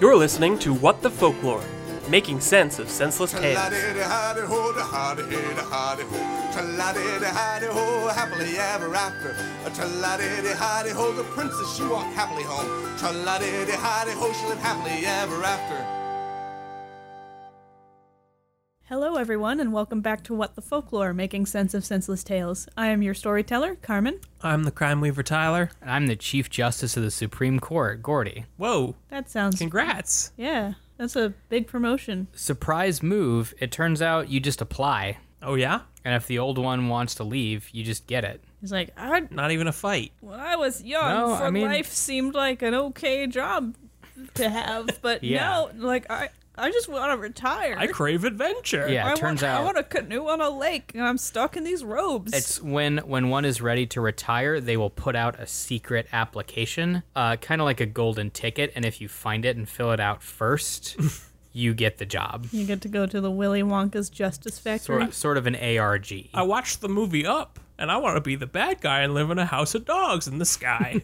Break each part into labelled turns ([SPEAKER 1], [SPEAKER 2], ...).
[SPEAKER 1] You're listening to What the Folklore, making sense of senseless tales.
[SPEAKER 2] Tla-di-di-hi-di-ho, da-ha-di-hi-di-hi-di-ho. Tla-di-di-hi-di-ho, happily ever after. Tla-di-di-hi-di-ho, the princess she walked happily home. Tla-di-di-hi-di-ho, she lived happily ever after.
[SPEAKER 3] Hello, everyone, and welcome back to What the Folklore Making Sense of Senseless Tales. I am your storyteller, Carmen.
[SPEAKER 1] I'm the crime weaver Tyler.
[SPEAKER 4] And I'm the Chief Justice of the Supreme Court, Gordy.
[SPEAKER 5] Whoa,
[SPEAKER 3] That sounds.
[SPEAKER 5] congrats.
[SPEAKER 3] Yeah, that's a big promotion.
[SPEAKER 4] Surprise move, it turns out you just apply.
[SPEAKER 5] Oh, yeah?
[SPEAKER 4] And if the old one wants to leave, you just get it.
[SPEAKER 3] He's like, I,
[SPEAKER 5] Not even a fight.
[SPEAKER 3] when I was young,
[SPEAKER 4] No, I
[SPEAKER 3] for
[SPEAKER 4] mean-
[SPEAKER 3] life seemed like an okay job to have, but
[SPEAKER 4] Yeah.
[SPEAKER 3] now, like, I, I just want to retire.
[SPEAKER 5] I crave adventure.
[SPEAKER 4] Yeah,
[SPEAKER 3] I
[SPEAKER 4] it turns
[SPEAKER 3] want, I
[SPEAKER 4] out
[SPEAKER 3] want a canoe on a lake, and I'm stuck in these robes.
[SPEAKER 4] it's when when one is ready to retire, they will put out a secret application, uh, kind of like a golden ticket. And if you find it and fill it out first, you get the job.
[SPEAKER 3] you get to go to the Willy Wonka's Justice Factory.
[SPEAKER 4] Sort of, sort of an ARG.
[SPEAKER 5] I watched the movie Up, and I want to be the bad guy and live in a house of dogs in the sky.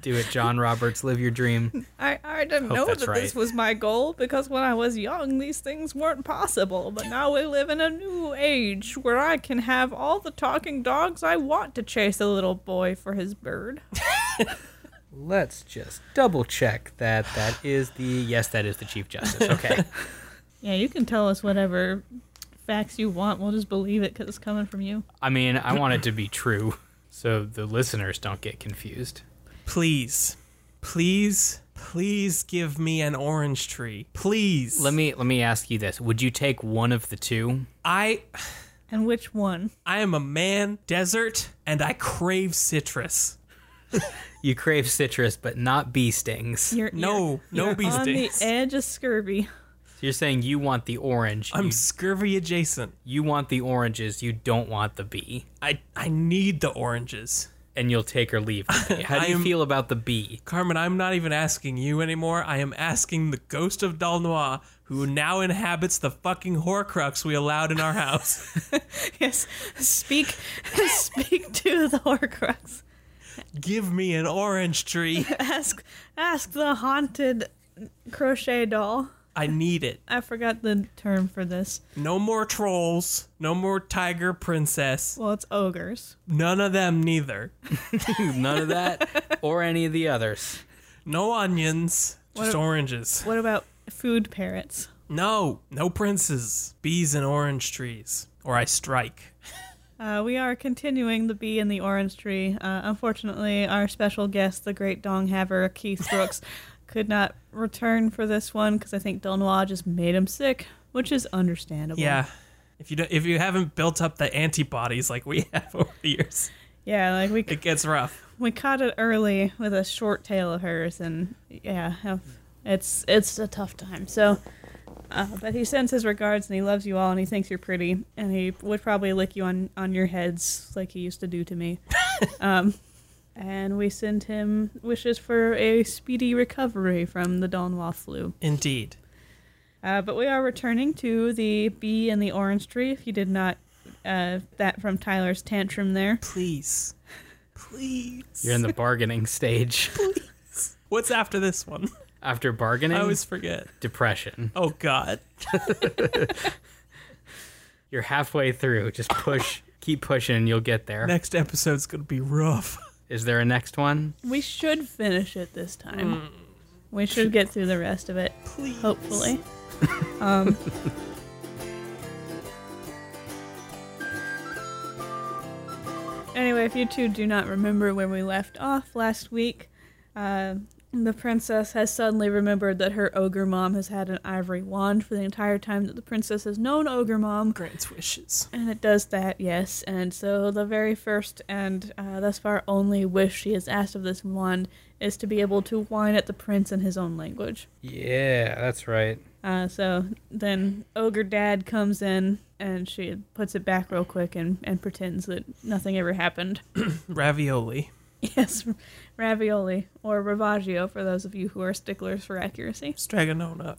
[SPEAKER 4] Do it, John Roberts. Live your dream.
[SPEAKER 3] I, I didn't
[SPEAKER 4] Hope
[SPEAKER 3] know
[SPEAKER 4] that's
[SPEAKER 3] that this
[SPEAKER 4] right.
[SPEAKER 3] was my goal because when I was young, these things weren't possible. But now we live in a new age where I can have all the talking dogs I want to chase a little boy for his bird.
[SPEAKER 4] Let's just double check that that is the yes, that is the Chief Justice. Okay.
[SPEAKER 3] Yeah, you can tell us whatever facts you want. We'll just believe it because it's coming from you.
[SPEAKER 4] I mean, I want it to be true so the listeners don't get confused.
[SPEAKER 5] please, please, please give me an orange tree. Please.
[SPEAKER 4] Let me let me ask you this. Would you take one of the two?
[SPEAKER 5] I,
[SPEAKER 3] And which one?
[SPEAKER 5] I am a man, desert, and I crave citrus.
[SPEAKER 4] You crave citrus but not bee stings.
[SPEAKER 3] You're,
[SPEAKER 5] No,
[SPEAKER 3] you're,
[SPEAKER 5] no
[SPEAKER 3] you're
[SPEAKER 5] bee
[SPEAKER 3] on
[SPEAKER 5] stings.
[SPEAKER 3] the edge of scurvy.
[SPEAKER 4] You're saying you want the orange.
[SPEAKER 5] I'm
[SPEAKER 4] you,
[SPEAKER 5] scurvy adjacent.
[SPEAKER 4] you want the oranges, you don't want the bee.
[SPEAKER 5] I, I need the oranges.
[SPEAKER 4] And you'll take or leave. the bee. How do
[SPEAKER 5] I
[SPEAKER 4] you
[SPEAKER 5] am-
[SPEAKER 4] feel about the bee?
[SPEAKER 5] Carmen, I'm not even asking you anymore. I am asking the ghost of Dalnois, who now inhabits the fucking Horcrux we allowed in our house.
[SPEAKER 3] Yes, speak, speak to the Horcrux.
[SPEAKER 5] Give me an orange tree.
[SPEAKER 3] Ask ask the haunted crochet doll.
[SPEAKER 5] I need it.
[SPEAKER 3] I forgot the term for this.
[SPEAKER 5] No more trolls. No more tiger princess.
[SPEAKER 3] Well, it's ogres.
[SPEAKER 5] None of them, neither.
[SPEAKER 4] None of that or any of the others.
[SPEAKER 5] No onions. Just
[SPEAKER 3] a-
[SPEAKER 5] oranges.
[SPEAKER 3] What about food parrots?
[SPEAKER 5] No, no princes. Bees and orange trees. Or I strike.
[SPEAKER 3] Uh, we are continuing the bee and the orange tree. Uh, unfortunately, our special guest, the great dong haver Keith Brooks, could not return for this one because I think Del Noir just made him sick, which is understandable.
[SPEAKER 5] Yeah. If you don't, if you haven't built up the antibodies like we have over the years,
[SPEAKER 3] yeah. Like we
[SPEAKER 5] it gets rough.
[SPEAKER 3] we caught it early with a short tail of hers, and yeah, it's it's a tough time. So, uh, but he sends his regards, and he loves you all, and he thinks you're pretty, and he would probably lick you on on your heads like he used to do to me. um, and we send him wishes for a speedy recovery from the Donwa flu.
[SPEAKER 5] Indeed.
[SPEAKER 3] Uh, but we are returning to the bee and the orange tree. If you did not. Uh, that from Tyler's tantrum there.
[SPEAKER 5] Please. Please.
[SPEAKER 4] You're in the bargaining stage.
[SPEAKER 5] What's after this one?
[SPEAKER 4] After bargaining,
[SPEAKER 5] I always forget.
[SPEAKER 4] depression.
[SPEAKER 5] Oh god.
[SPEAKER 4] You're halfway through. Just push, keep pushing, and you'll get there. Is
[SPEAKER 5] Next episode's gonna be rough.
[SPEAKER 4] there a next one?
[SPEAKER 3] We should finish it this time. We should get through the rest of it,
[SPEAKER 5] Please.
[SPEAKER 3] hopefully. um, anyway, if you two do not remember where we left off last week, uh, the princess has suddenly remembered that her ogre mom has had an ivory wand for the entire time that the princess has known ogre mom.
[SPEAKER 5] Grant's wishes.
[SPEAKER 3] And it does that, yes. And so the very first and uh, thus far only wish she has asked of this wand is to be able to whine at the prince in his own language.
[SPEAKER 4] Yeah, that's right.
[SPEAKER 3] Uh, so then Ogre Dad comes in and she puts it back real quick and, and pretends that nothing ever happened.
[SPEAKER 5] Ravioli.
[SPEAKER 3] yes, ravioli or ravaggio for those of you who are sticklers for accuracy.
[SPEAKER 5] Stragonona.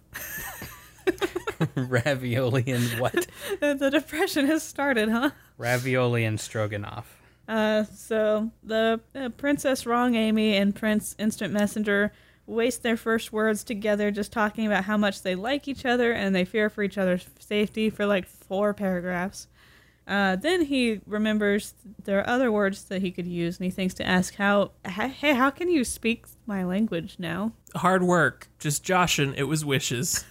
[SPEAKER 4] Ravioli and what?
[SPEAKER 3] the depression has started, huh?
[SPEAKER 4] Ravioli and stroganoff.
[SPEAKER 3] Uh, so the uh, Princess Wrong Amy and Prince Instant Messenger waste their first words together just talking about how much they like each other and they fear for each other's safety for like four paragraphs. Uh, then he remembers there are other words that he could use, and he thinks to ask how, hey, how can you speak my language now?
[SPEAKER 5] Hard work. Just joshing. It was wishes.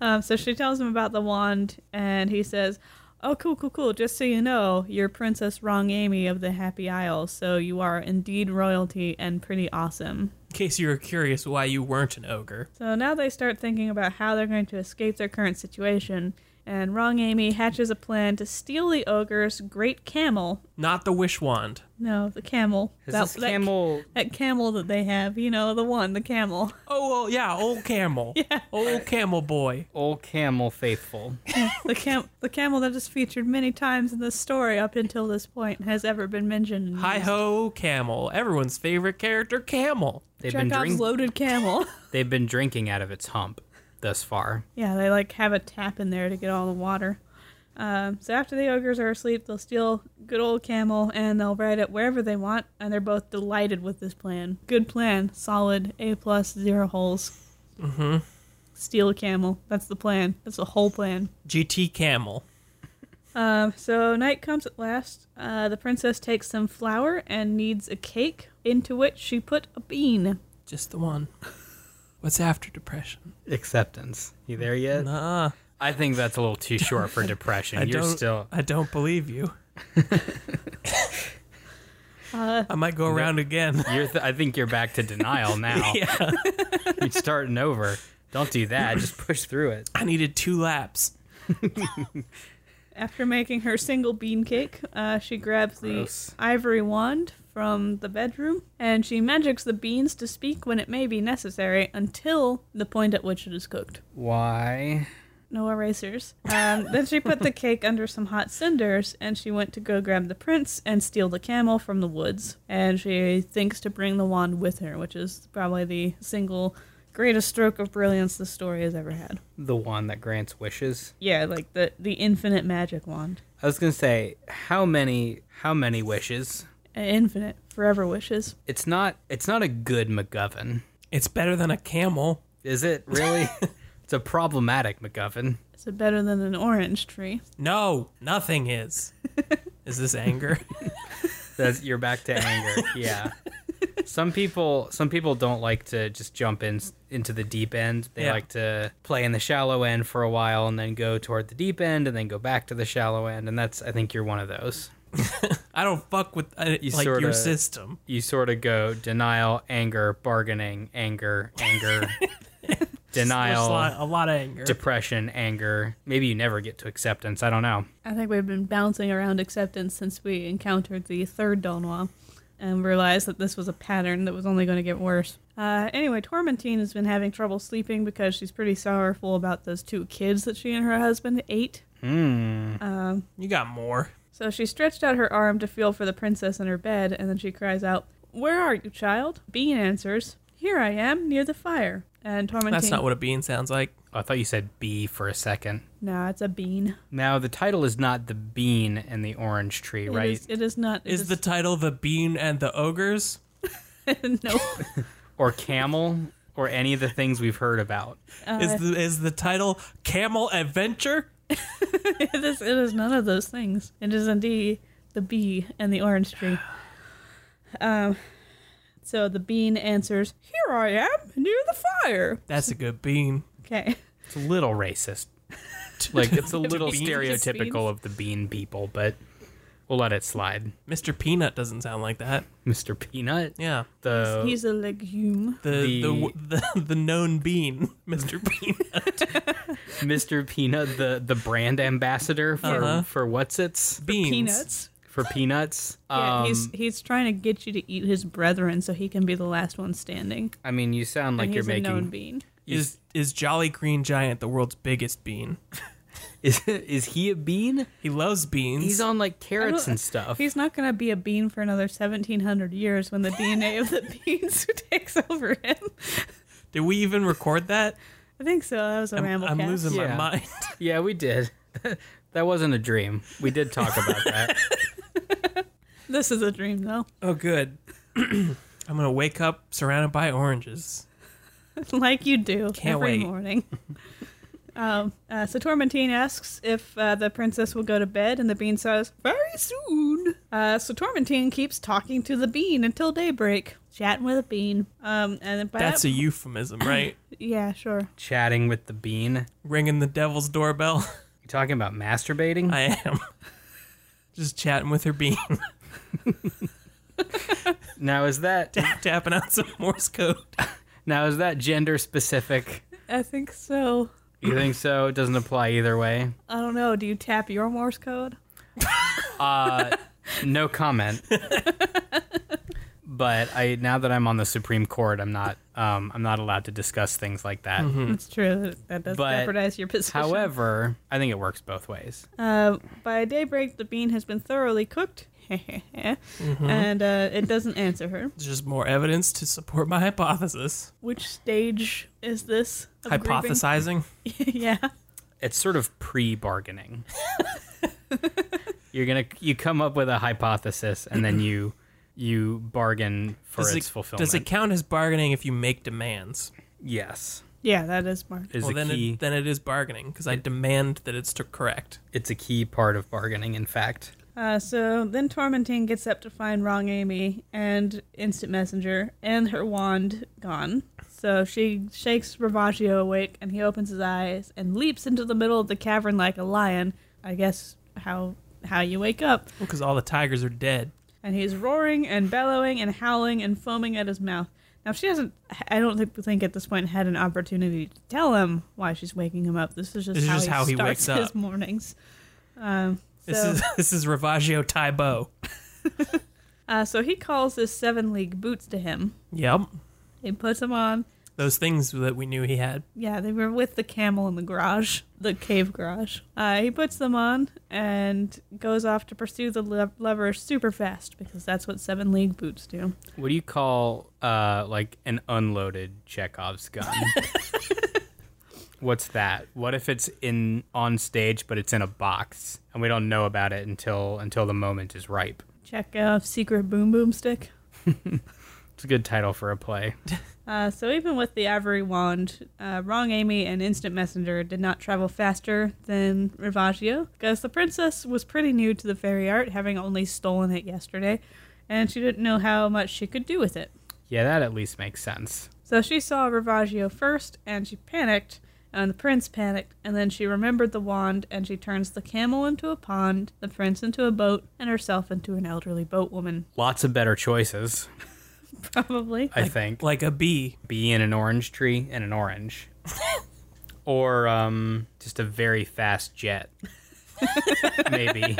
[SPEAKER 3] Um, so she tells him about the wand, and he says, "Oh, cool, cool, cool. Just so you know, you're Princess Wrong Amy of the Happy Isles, so you are indeed royalty and pretty awesome."
[SPEAKER 5] In case you were curious why you weren't an ogre.
[SPEAKER 3] So now they start thinking about how they're going to escape their current situation, and Wrong Amy hatches a plan to steal the ogre's great camel.
[SPEAKER 5] Not the wish wand.
[SPEAKER 3] No, the camel.
[SPEAKER 4] Is this camel
[SPEAKER 3] That camel that they have, you know, the one, the camel.
[SPEAKER 5] Oh, well, yeah, old camel. yeah. Old camel boy.
[SPEAKER 4] old camel faithful?
[SPEAKER 3] The cam- the camel that is featured many times in this story up until this point and has ever been mentioned. in
[SPEAKER 5] Hi
[SPEAKER 3] used.
[SPEAKER 5] ho, camel. Everyone's favorite character, camel.
[SPEAKER 4] They've been
[SPEAKER 3] Chekhov's
[SPEAKER 4] drink-
[SPEAKER 3] loaded camel.
[SPEAKER 4] they've been drinking out of its hump thus far.
[SPEAKER 3] yeah, they like have a tap in there to get all the water. Um, so after the ogres are asleep, they'll steal good old camel and they'll ride it wherever they want. And they're both delighted with this plan. Good plan, solid, A plus, zero holes. Mm-hmm. Steal a camel. That's the plan. That's the whole plan.
[SPEAKER 5] GT camel.
[SPEAKER 3] Um, so night comes at last. Uh, the princess takes some flour and kneads a cake into which she put a bean.
[SPEAKER 5] Just the one. What's after depression?
[SPEAKER 4] Acceptance. You there yet?
[SPEAKER 5] Uh,
[SPEAKER 4] I think that's a little too short for depression.
[SPEAKER 5] I
[SPEAKER 4] You're
[SPEAKER 5] don't.
[SPEAKER 4] still
[SPEAKER 5] I don't believe you. I might go around again.
[SPEAKER 4] You're th- I think you're back to denial now.
[SPEAKER 5] Yeah.
[SPEAKER 4] You're starting over. Don't do that. Just push through it.
[SPEAKER 5] I needed two laps.
[SPEAKER 3] After making her single bean cake, uh, she grabs
[SPEAKER 4] Gross.
[SPEAKER 3] the ivory wand from the bedroom and she magics the beans to speak when it may be necessary until the point at which it is cooked.
[SPEAKER 4] Why?
[SPEAKER 3] No erasers. Um, then she put the cake under some hot cinders and she went to go grab the prince and steal the camel from the woods. And she thinks to bring the wand with her, which is probably the single greatest stroke of brilliance the story has ever had.
[SPEAKER 4] The one that grants wishes.
[SPEAKER 3] Yeah, like the, the infinite magic wand.
[SPEAKER 4] I was gonna say how many how many wishes.
[SPEAKER 3] Infinite, forever wishes.
[SPEAKER 4] It's not it's not a good MacGuffin,
[SPEAKER 5] It's better than a camel.
[SPEAKER 4] is it? Really? it's a problematic MacGuffin.
[SPEAKER 3] Is it better than an orange tree?
[SPEAKER 5] No, nothing is. Is this anger?
[SPEAKER 4] That's you're back to anger. Yeah. Some people some people don't like to just jump in into the deep end. They
[SPEAKER 5] Yeah.
[SPEAKER 4] like to play in the shallow end for a while and then go toward the deep end and then go back to the shallow end. And that's I think you're one of those.
[SPEAKER 5] I don't fuck with uh,
[SPEAKER 4] You
[SPEAKER 5] like your
[SPEAKER 4] sorta-
[SPEAKER 5] system.
[SPEAKER 4] You sort of go denial, anger, bargaining, anger, anger,
[SPEAKER 5] There's a
[SPEAKER 4] denial,
[SPEAKER 5] lot, a lot of anger.
[SPEAKER 4] depression, anger. Maybe you never get to acceptance. I don't know.
[SPEAKER 3] I think we've been bouncing around acceptance since we encountered the third Dolnois and realized that this was a pattern that was only going to get worse. Uh, anyway, Tormentine has been having trouble sleeping because she's pretty sorrowful about those two kids that she and her husband ate.
[SPEAKER 5] you got more.
[SPEAKER 3] So she stretched out her arm to feel for the princess in her bed, and then she cries out, Where are you, child? Bean answers, Here I am, near the fire. And Tormentine.
[SPEAKER 5] That's not what a bean sounds like.
[SPEAKER 4] I thought you said B for a second.
[SPEAKER 3] No, it's a bean.
[SPEAKER 4] Now the title is not the bean and the orange tree,
[SPEAKER 3] It
[SPEAKER 4] right?
[SPEAKER 3] is- it is not. it
[SPEAKER 5] Is the title The Bean and the Ogres?
[SPEAKER 3] no.
[SPEAKER 4] or camel or any of the things we've heard about.
[SPEAKER 5] Is the is the title Camel Adventure?
[SPEAKER 3] it is it is none of those things. It is indeed the bee and the orange tree. Um, so the bean answers, "Here I am near the fire."
[SPEAKER 5] That's a good bean.
[SPEAKER 3] Okay,
[SPEAKER 4] It's a little racist. Like it's a little
[SPEAKER 3] Beans.
[SPEAKER 4] stereotypical of the bean people, but we'll let it slide.
[SPEAKER 5] Mr. Peanut doesn't sound like that.
[SPEAKER 4] Mr. Peanut,
[SPEAKER 5] Yeah.
[SPEAKER 4] the
[SPEAKER 3] he's a legume.
[SPEAKER 5] The
[SPEAKER 4] The-
[SPEAKER 5] the w- the, the, known bean, Mr. Peanut.
[SPEAKER 4] Mr. Peanut, the the brand ambassador for
[SPEAKER 5] Uh-huh.
[SPEAKER 4] for what's it's
[SPEAKER 5] Beans.
[SPEAKER 3] Peanuts.
[SPEAKER 4] for peanuts.
[SPEAKER 3] Yeah,
[SPEAKER 4] um,
[SPEAKER 3] he's he's trying to get you to eat his brethren so he can be the last one standing.
[SPEAKER 4] I mean, you sound like
[SPEAKER 3] and
[SPEAKER 4] you're
[SPEAKER 3] he's a known
[SPEAKER 4] making.
[SPEAKER 3] bean.
[SPEAKER 5] Is is Jolly Green Giant the world's biggest bean?
[SPEAKER 4] Is is he a bean?
[SPEAKER 5] He loves beans.
[SPEAKER 4] He's on like
[SPEAKER 3] I
[SPEAKER 4] carrots
[SPEAKER 3] don't-
[SPEAKER 4] and stuff.
[SPEAKER 3] He's not going to be a bean for another 1700 years when the DNA of the beans takes over him.
[SPEAKER 5] Did we even record that?
[SPEAKER 3] I think so. That was a
[SPEAKER 5] I'm,
[SPEAKER 3] ramble.
[SPEAKER 5] I'm
[SPEAKER 3] cast.
[SPEAKER 5] losing my
[SPEAKER 4] Yeah.
[SPEAKER 5] mind.
[SPEAKER 4] Yeah, we did. that wasn't a dream. We did talk about that.
[SPEAKER 3] This is a dream, though.
[SPEAKER 5] Oh, good. I'm gonna wake up surrounded by oranges.
[SPEAKER 3] like you do
[SPEAKER 5] Can't
[SPEAKER 3] every
[SPEAKER 5] wait.
[SPEAKER 3] morning. um, uh, so Tormentine asks if uh, the princess will go to bed, and the bean says, "Very soon." Uh, so Tormentine keeps talking to the bean until daybreak, chatting with a bean. Um, and then by
[SPEAKER 5] That's a
[SPEAKER 3] that,
[SPEAKER 5] euphemism, right?
[SPEAKER 3] yeah, sure.
[SPEAKER 4] Chatting with the bean.
[SPEAKER 5] Ringing the devil's doorbell.
[SPEAKER 4] You talking about masturbating?
[SPEAKER 5] I am. Just chatting with her bean,
[SPEAKER 4] now is that
[SPEAKER 5] tap, tapping out some Morse code.
[SPEAKER 4] now is that gender specific?
[SPEAKER 3] I think so.
[SPEAKER 4] You think so? It doesn't apply either way.
[SPEAKER 3] I don't know. Do you tap your Morse code?
[SPEAKER 4] Uh, no comment. but I now that I'm on the Supreme Court, I'm not um, I'm not allowed to discuss things like that.
[SPEAKER 5] Hmm.
[SPEAKER 3] That's true. That does
[SPEAKER 4] But-
[SPEAKER 3] jeopardize your position.
[SPEAKER 4] However, I think it works both ways.
[SPEAKER 3] Uh, by daybreak, the bean has been thoroughly cooked,
[SPEAKER 5] Mm-hmm.
[SPEAKER 3] and uh, it doesn't answer her.
[SPEAKER 5] There's just more evidence to support my hypothesis.
[SPEAKER 3] Which stage is this? of grieving?
[SPEAKER 5] Hypothesizing.
[SPEAKER 3] yeah.
[SPEAKER 4] It's sort of pre-bargaining. You're gonna you come up with a hypothesis and then you you bargain for
[SPEAKER 5] Does
[SPEAKER 4] its
[SPEAKER 5] it,
[SPEAKER 4] fulfillment.
[SPEAKER 5] does it count as bargaining if you make demands?
[SPEAKER 4] yes,
[SPEAKER 3] Yeah, that is smart.
[SPEAKER 4] is
[SPEAKER 5] well,
[SPEAKER 4] a
[SPEAKER 5] then
[SPEAKER 4] key.
[SPEAKER 5] it, then it is bargaining because I demand that it's to correct.
[SPEAKER 4] it's a key part of bargaining. In fact,
[SPEAKER 3] Uh, so then Tormentine gets up to find Wrong Amy and Instant Messenger and her wand gone. So she shakes Ravagio awake and he opens his eyes and leaps into the middle of the cavern like a lion. I guess how how you wake up.
[SPEAKER 5] Because all the tigers are dead.
[SPEAKER 3] and he's roaring and bellowing and howling and foaming at his mouth. Now she hasn't. I don't think, think at this point had an opportunity to tell him why she's waking him up. This is just,
[SPEAKER 5] This is
[SPEAKER 3] how,
[SPEAKER 5] just
[SPEAKER 3] he
[SPEAKER 5] how he
[SPEAKER 3] starts
[SPEAKER 5] wakes
[SPEAKER 3] his
[SPEAKER 5] up.
[SPEAKER 3] mornings. Um,
[SPEAKER 5] This
[SPEAKER 3] so,
[SPEAKER 5] is this is Ravagio Tybo.
[SPEAKER 3] uh, so he calls his seven league boots to him.
[SPEAKER 5] Yep.
[SPEAKER 3] He puts them on.
[SPEAKER 5] Those things that we knew he had.
[SPEAKER 3] Yeah, they were with the camel in the garage, the cave garage. Uh, he puts them on and goes off to pursue the le- lover super fast because that's what seven league boots do.
[SPEAKER 4] what do you call uh, like an unloaded Chekhov's gun? What's that? What if it's in on stage but it's in a box and we don't know about it until until the moment is ripe?
[SPEAKER 3] Check out secret boom boom stick.
[SPEAKER 4] It's a good title for a play.
[SPEAKER 3] Uh, so even with the ivory wand, uh, Wrong Amy and Instant Messenger did not travel faster than Rivaggio, because the princess was pretty new to the fairy art, having only stolen it yesterday, and she didn't know how much she could do with it.
[SPEAKER 4] Yeah, that at least makes sense.
[SPEAKER 3] So she saw Rivaggio first, and she panicked, and the prince panicked, and then she remembered the wand, and she turns the camel into a pond, the prince into a boat, and herself into an elderly boatwoman,
[SPEAKER 4] Lots of better choices,
[SPEAKER 3] probably.
[SPEAKER 4] I think.
[SPEAKER 5] Like a bee.
[SPEAKER 4] Be in an orange tree and an orange. or um, just a very fast jet. Maybe.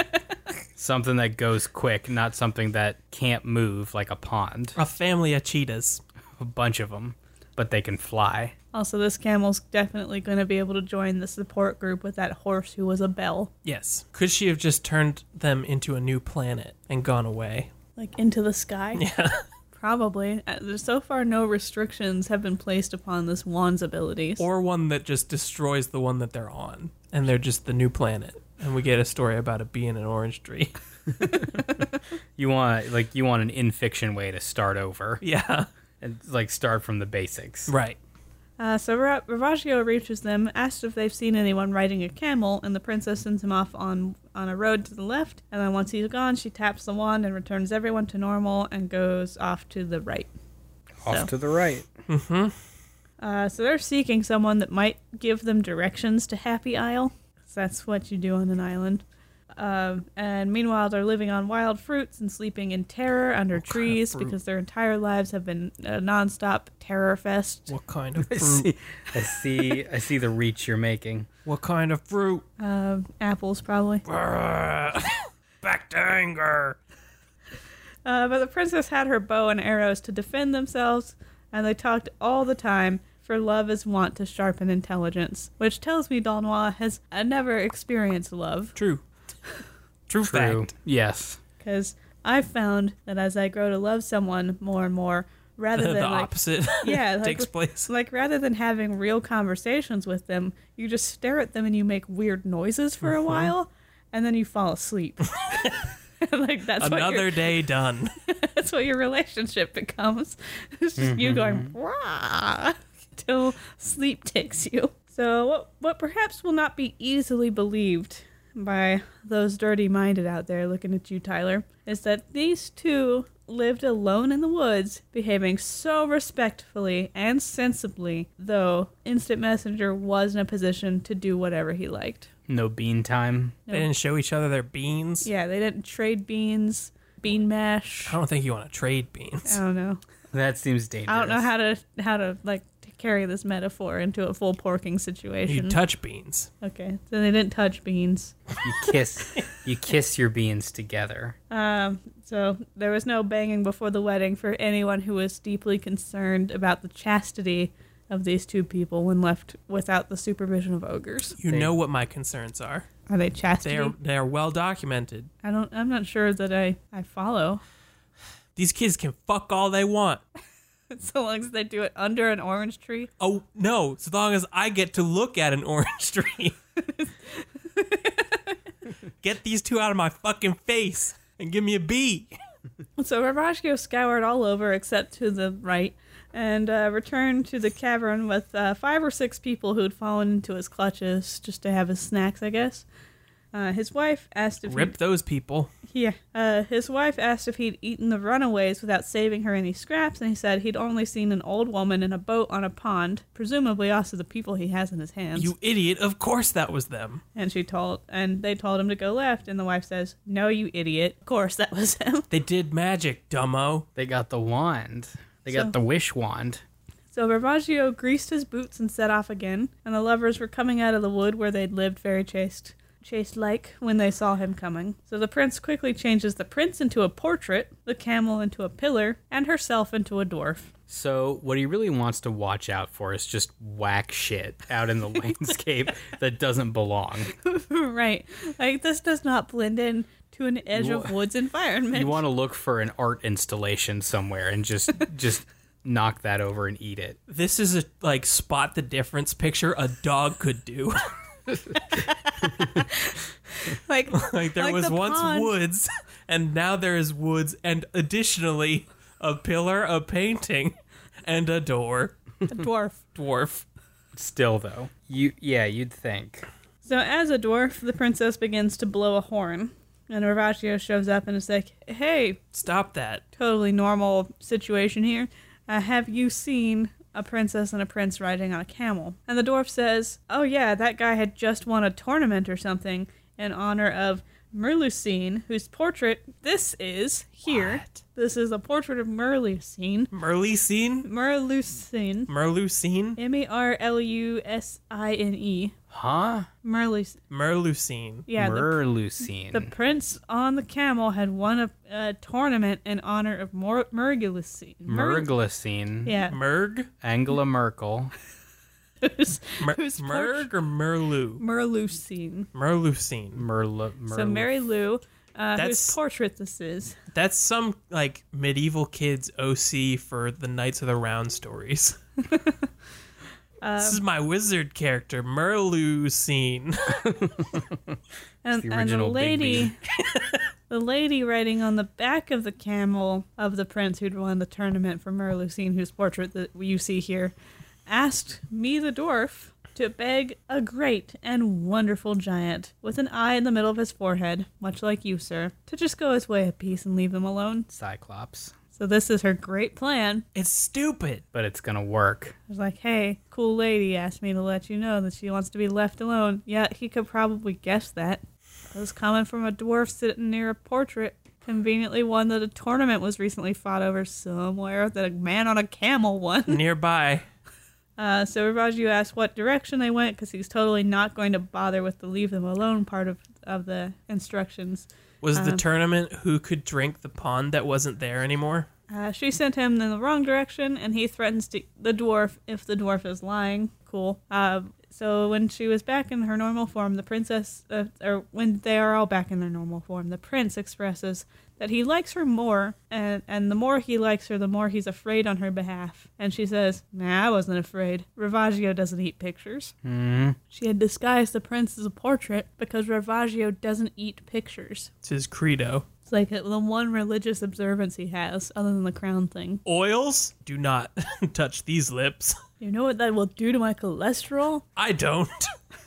[SPEAKER 4] Something that goes quick, not something that can't move like a pond.
[SPEAKER 5] A family of cheetahs.
[SPEAKER 4] A bunch of them, but they can fly.
[SPEAKER 3] Also, this camel's definitely going to be able to join the support group with that horse who was a bell,
[SPEAKER 5] Yes. Could she have just turned them into a new planet and gone away?
[SPEAKER 3] like into the sky. Yeah. Probably. Uh, there's So far, no restrictions have been placed upon this wand's abilities.
[SPEAKER 5] Or one that just destroys the one that they're on. And they're just the new planet. And we get a story about a bee in an orange tree.
[SPEAKER 4] You want like you want an in fiction way to start over
[SPEAKER 5] yeah.
[SPEAKER 4] and like start from the basics.
[SPEAKER 5] Right.
[SPEAKER 3] uh, so Ra- Ravaggio reaches them, asks if they've seen anyone riding a camel, and the princess sends him off on on a road to the left. And then once he's gone, she taps the wand and returns everyone to normal and goes off to the right.
[SPEAKER 4] Off
[SPEAKER 3] So.
[SPEAKER 4] to the right.
[SPEAKER 3] Uh, so they're seeking someone that might give them directions to Happy Isle. 'cause That's what you do on an island. Um, and meanwhile, they're living on wild fruits and sleeping in terror under trees
[SPEAKER 5] fruit.
[SPEAKER 3] because their entire lives have been a nonstop terror fest.
[SPEAKER 5] What kind of
[SPEAKER 4] I
[SPEAKER 5] fruit?
[SPEAKER 4] see, I see I see the reach you're making.
[SPEAKER 5] What kind of fruit?
[SPEAKER 3] Um apples, probably.
[SPEAKER 5] Back to anger.
[SPEAKER 3] Uh, but the princess had her bow and arrows to defend themselves, and they talked all the time. For love is wont to sharpen intelligence, which tells me Dalnois has uh, never experienced love.
[SPEAKER 5] True. True,
[SPEAKER 4] True.
[SPEAKER 5] fact.
[SPEAKER 4] Yes.
[SPEAKER 3] because I've found that as I grow to love someone more and more, rather
[SPEAKER 5] The,
[SPEAKER 3] than
[SPEAKER 5] the
[SPEAKER 3] like,
[SPEAKER 5] opposite
[SPEAKER 3] yeah, like,
[SPEAKER 5] takes place.
[SPEAKER 3] like rather than having real conversations with them, you just
[SPEAKER 5] Uh-huh.
[SPEAKER 3] stare at them and you make weird noises for a while, and then you fall asleep. like that's what
[SPEAKER 5] Another
[SPEAKER 3] your,
[SPEAKER 5] day done.
[SPEAKER 3] that's what your relationship becomes. It's just you going rah till sleep takes you. So what what perhaps will not be easily believed by those dirty minded out there looking at you, Tyler, is that these two lived alone in the woods, behaving so respectfully and sensibly, though Instant Messenger was in a position to do whatever he liked.
[SPEAKER 4] No bean time.
[SPEAKER 5] They didn't show each other their beans.
[SPEAKER 3] Yeah, they didn't trade beans, bean mash.
[SPEAKER 5] I don't think you want to trade beans.
[SPEAKER 3] I don't know.
[SPEAKER 4] That seems dangerous.
[SPEAKER 3] I don't know how to how to like to carry this metaphor into a full porking situation.
[SPEAKER 5] You touch beans.
[SPEAKER 3] okay, so they didn't touch beans.
[SPEAKER 4] You kiss. you kiss your beans together.
[SPEAKER 3] Um, so there was no banging before the wedding for anyone who was deeply concerned about the chastity of these two people when left without the supervision of ogres.
[SPEAKER 5] You
[SPEAKER 4] They-
[SPEAKER 5] know what my concerns are.
[SPEAKER 3] Are they
[SPEAKER 5] They
[SPEAKER 3] chastity?
[SPEAKER 5] are they are well documented.
[SPEAKER 3] I don't. I'm not sure that I I follow.
[SPEAKER 5] These kids can fuck all they want.
[SPEAKER 3] so long as they do it under an orange tree.
[SPEAKER 5] Oh no! So long as I get to look at an orange tree. get these two out of my fucking face and give me a B.
[SPEAKER 3] So Ravashko scoured all over except to the right and uh, returned to the cavern with uh, five or six people who had fallen into his clutches just to have his snacks, I guess. Uh, his wife asked if
[SPEAKER 5] Rip those people.
[SPEAKER 3] he'd, yeah, uh, his wife asked if he'd eaten the runaways without saving her any scraps, and he said he'd only seen an old woman in a boat on a pond, presumably also the people he has in his hands.
[SPEAKER 5] You idiot! Of course that was them.
[SPEAKER 3] and she told, and they told him to go left, and the wife says, "No, you idiot! Of course that was him."
[SPEAKER 5] They did magic, dumbo.
[SPEAKER 4] They got the wand. They
[SPEAKER 3] So-
[SPEAKER 4] got the wish wand.
[SPEAKER 3] So Caravaggio greased his boots and set off again, and the lovers were coming out of the wood where they'd lived very chaste, chaste like, when they saw him coming. So the prince quickly changes the prince into a portrait, the camel into a pillar, and herself into a dwarf.
[SPEAKER 4] So what he really wants to watch out for is just whack shit out in the landscape that doesn't belong.
[SPEAKER 3] right. Like, this does not blend in to an edge of
[SPEAKER 4] wa-
[SPEAKER 3] woods environment.
[SPEAKER 4] You want to look for an art installation somewhere and just just knock that over and eat it.
[SPEAKER 5] This is a like spot the difference picture a dog could do.
[SPEAKER 3] like,
[SPEAKER 5] like there
[SPEAKER 3] like
[SPEAKER 5] was
[SPEAKER 3] the
[SPEAKER 5] once
[SPEAKER 3] pond.
[SPEAKER 5] woods, and now there is woods, and additionally a pillar, a painting, and a door.
[SPEAKER 3] a dwarf.
[SPEAKER 5] Dwarf.
[SPEAKER 4] Still though, you yeah, you'd think.
[SPEAKER 3] So, as a dwarf, the princess begins to blow a horn, and Caravaggio shows up and is like, hey,
[SPEAKER 5] Stop that.
[SPEAKER 3] totally normal situation here. Uh, have you seen a princess and a prince riding on a camel? And the dwarf says, Oh, yeah, that guy had just won a tournament or something in honor of Merlucine, whose portrait this is here. This is a portrait of Merlucine.
[SPEAKER 5] Merlucine?
[SPEAKER 3] Merlucine.
[SPEAKER 5] Merlucine?
[SPEAKER 3] M E R L U S I N E.
[SPEAKER 4] Huh?
[SPEAKER 3] Merlucine.
[SPEAKER 5] Merlucine.
[SPEAKER 3] Yeah, the-
[SPEAKER 4] Merlucine.
[SPEAKER 3] The prince on the camel had won a, a tournament in honor of Mor- Merlucine. Mer-
[SPEAKER 4] Merglucine.
[SPEAKER 3] yeah.
[SPEAKER 5] Merg?
[SPEAKER 4] Angela Merkel.
[SPEAKER 3] Who's-
[SPEAKER 5] Mer-
[SPEAKER 3] whose portrait-
[SPEAKER 5] Merg or Merlu?
[SPEAKER 3] Merlucine.
[SPEAKER 5] Merlucine.
[SPEAKER 4] Merlu.
[SPEAKER 3] So
[SPEAKER 4] Merlu-
[SPEAKER 3] Mary Lou, uh, whose
[SPEAKER 5] That's-
[SPEAKER 3] portrait this is.
[SPEAKER 5] That's some like medieval kids OC for the Knights of the Round stories. this is my wizard character, Merlucine.
[SPEAKER 3] And and
[SPEAKER 4] the
[SPEAKER 3] the
[SPEAKER 4] original Big
[SPEAKER 3] lady the lady riding on the back of the camel of the prince who'd won the tournament for Merlucine, whose portrait that you see here, asked me the dwarf to beg a great and wonderful giant with an eye in the middle of his forehead, much like you, sir, to just go his way at peace and leave them alone.
[SPEAKER 4] Cyclops.
[SPEAKER 3] So this is her great plan.
[SPEAKER 5] It's stupid.
[SPEAKER 4] But it's gonna
[SPEAKER 3] I
[SPEAKER 4] work.
[SPEAKER 3] was like, hey, cool lady asked me to let you know that she wants to be left alone. Yeah, he could probably guess that. It was coming from a dwarf sitting near a portrait, conveniently one that a tournament was recently fought over somewhere that a man on a camel won.
[SPEAKER 5] Nearby.
[SPEAKER 3] Uh, so Raju asked what direction they went because he's totally not going to bother with the leave them alone part of, of the instructions.
[SPEAKER 5] Was the tournament who could drink the pond that wasn't there anymore?
[SPEAKER 3] Uh, she sent him in the wrong direction, and he threatens to, the dwarf if the dwarf is lying. Cool. Uh, so when she was back in her normal form, the princess, uh, or when they are all back in their normal form, the prince expresses that he likes her more, and, and the more he likes her, the more he's afraid on her behalf. And she says, Nah, I wasn't afraid. Ravaggio doesn't eat pictures. She had disguised the prince as a portrait because Ravaggio doesn't eat pictures.
[SPEAKER 5] It's his credo.
[SPEAKER 3] It's like the one religious observance he has, other than the crown thing.
[SPEAKER 5] Oils do not touch these lips.
[SPEAKER 3] You know what that will do to my cholesterol?
[SPEAKER 5] I don't.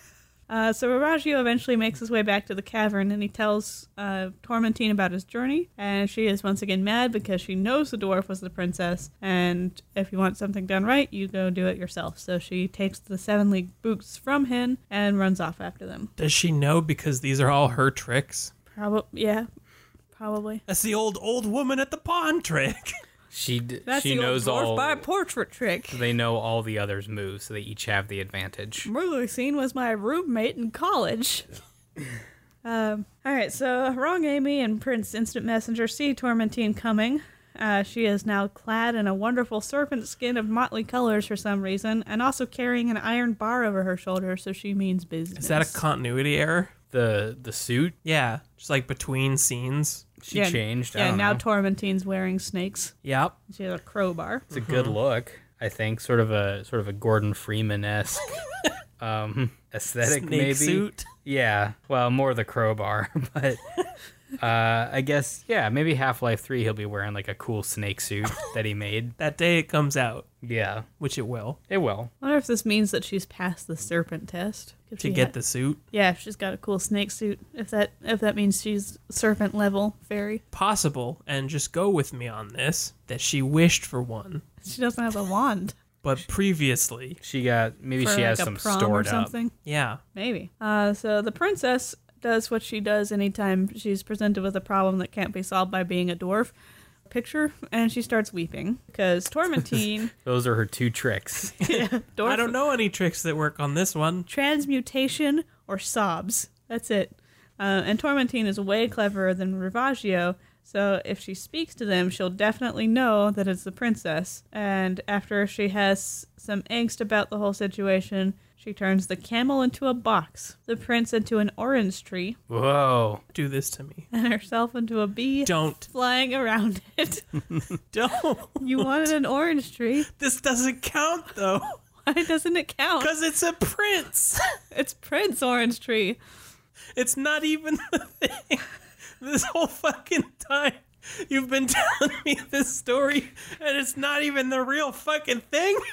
[SPEAKER 3] Uh, so Ravaggio eventually makes his way back to the cavern and he tells uh, Tormentine about his journey. And she is once again mad because she knows the dwarf was the princess. And if you want something done right, you go do it yourself. So she takes the seven league boots from him and runs off after them.
[SPEAKER 5] Does she know because these are all her tricks?
[SPEAKER 3] Probably, yeah, probably.
[SPEAKER 5] That's the old old woman at the pawn trick.
[SPEAKER 4] She d-
[SPEAKER 3] That's
[SPEAKER 4] she
[SPEAKER 3] the old
[SPEAKER 4] knows
[SPEAKER 3] dwarf
[SPEAKER 4] all.
[SPEAKER 3] by portrait trick.
[SPEAKER 4] They know all the others' moves, so they each have the advantage.
[SPEAKER 3] Merlucine was my roommate in college. um, all right, so Wrong Amy and Prince Instant Messenger see Tormentine coming. Uh, she is now clad in a wonderful serpent skin of motley colors for some reason, and also carrying an iron bar over her shoulder, so she means business.
[SPEAKER 5] Is that a continuity error?
[SPEAKER 4] The the suit
[SPEAKER 5] Yeah, just like between scenes.
[SPEAKER 4] she changed. I
[SPEAKER 3] Yeah,
[SPEAKER 4] don't
[SPEAKER 3] now
[SPEAKER 4] know.
[SPEAKER 3] Tormentine's wearing snakes.
[SPEAKER 5] Yep.
[SPEAKER 3] She has a crowbar.
[SPEAKER 4] it's a good look. I think sort of a sort of a Gordon Freeman esque um, aesthetic,
[SPEAKER 5] Snake
[SPEAKER 4] maybe.
[SPEAKER 5] suit.
[SPEAKER 4] Yeah, well, more the crowbar, but uh, I guess yeah, maybe Half Life Three he'll be wearing like a cool snake suit that he made.
[SPEAKER 5] That day it comes out,
[SPEAKER 4] Yeah,
[SPEAKER 5] which it will,
[SPEAKER 4] it will.
[SPEAKER 3] I wonder if this means that she's passed the serpent test. If
[SPEAKER 5] to
[SPEAKER 3] she
[SPEAKER 5] get
[SPEAKER 3] ha-
[SPEAKER 5] the suit.
[SPEAKER 3] yeah, if she's got a cool snake suit. If that if that means she's serpent level fairy.
[SPEAKER 5] Possible, and just go with me on this, that she wished for one.
[SPEAKER 3] She doesn't have a wand.
[SPEAKER 5] But previously,
[SPEAKER 4] She got maybe
[SPEAKER 3] for,
[SPEAKER 4] she has
[SPEAKER 3] like, a
[SPEAKER 4] some
[SPEAKER 3] prom
[SPEAKER 4] stored
[SPEAKER 3] or
[SPEAKER 4] up.
[SPEAKER 3] something.
[SPEAKER 5] yeah.
[SPEAKER 3] Maybe. Uh, so the princess does what she does anytime she's presented with a problem that can't be solved by being a dwarf. Picture, and she starts weeping because Tormentine,
[SPEAKER 4] Those are her two tricks.
[SPEAKER 3] dwarf,
[SPEAKER 5] I don't know any tricks that work on this one.
[SPEAKER 3] transmutation or sobs. That's it. Uh, and Tormentine is way cleverer than Rivaggio, so if she speaks to them, she'll definitely know that it's the princess. And after she has some angst about the whole situation, she turns the camel into a box, the prince into an orange tree,
[SPEAKER 4] Whoa,
[SPEAKER 5] Do this to me.
[SPEAKER 3] and herself into a bee
[SPEAKER 5] Don't.
[SPEAKER 3] flying around it.
[SPEAKER 5] Don't.
[SPEAKER 3] you wanted an orange tree.
[SPEAKER 5] This doesn't count, though,
[SPEAKER 3] Why doesn't it count?
[SPEAKER 5] because it's a prince.
[SPEAKER 3] It's Prince Orange Tree.
[SPEAKER 5] It's not even the thing. This whole fucking time, you've been telling me this story, and it's not even the real fucking thing.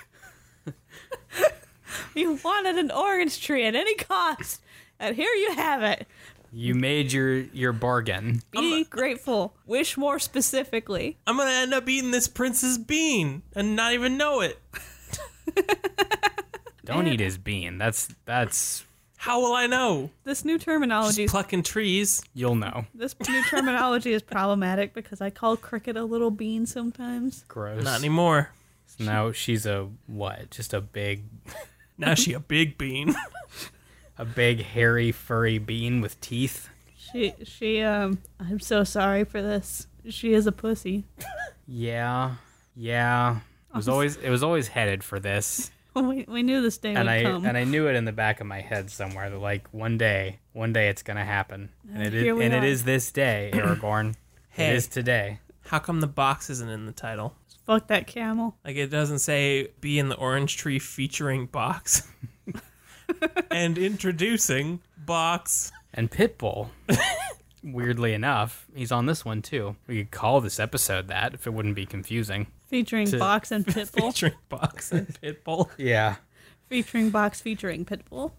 [SPEAKER 3] You wanted an orange tree at any cost, and here you have it.
[SPEAKER 4] you made your your bargain.
[SPEAKER 3] Be grateful. Wish more specifically.
[SPEAKER 5] I'm gonna end up eating this prince's bean and not even know it.
[SPEAKER 4] Don't eat his bean. That's that's
[SPEAKER 5] How will I know?
[SPEAKER 3] This new
[SPEAKER 5] Just
[SPEAKER 3] terminology.
[SPEAKER 5] plucking trees.
[SPEAKER 4] you'll know.
[SPEAKER 3] this new terminology is problematic because I call cricket a little bean sometimes.
[SPEAKER 4] Gross.
[SPEAKER 5] Not anymore.
[SPEAKER 4] now she's a what? Just a big
[SPEAKER 5] Now she a big bean.
[SPEAKER 4] a big hairy furry bean with teeth.
[SPEAKER 3] She she um I'm so sorry for this. She is a pussy.
[SPEAKER 4] Yeah, yeah. It was always it was always headed for this.
[SPEAKER 3] We, we knew this day would
[SPEAKER 4] and I
[SPEAKER 3] come.
[SPEAKER 4] and I knew it in the back of my head somewhere that like one day, one day it's gonna happen, and it is
[SPEAKER 3] Here we
[SPEAKER 4] and it
[SPEAKER 3] are.
[SPEAKER 4] is this day, Aragorn.
[SPEAKER 5] Hey.
[SPEAKER 4] It is today.
[SPEAKER 5] How come the box isn't in the title?
[SPEAKER 3] Fuck that camel.
[SPEAKER 5] Like it doesn't say "Be in the Orange Tree" featuring Box and introducing Box.
[SPEAKER 4] And Pitbull, weirdly enough, he's on this one too. We could call this episode that if it wouldn't be confusing.
[SPEAKER 3] Featuring
[SPEAKER 4] To-
[SPEAKER 3] Box and Pitbull.
[SPEAKER 5] featuring Box and Pitbull.
[SPEAKER 4] Yeah.
[SPEAKER 3] featuring Box featuring Pitbull.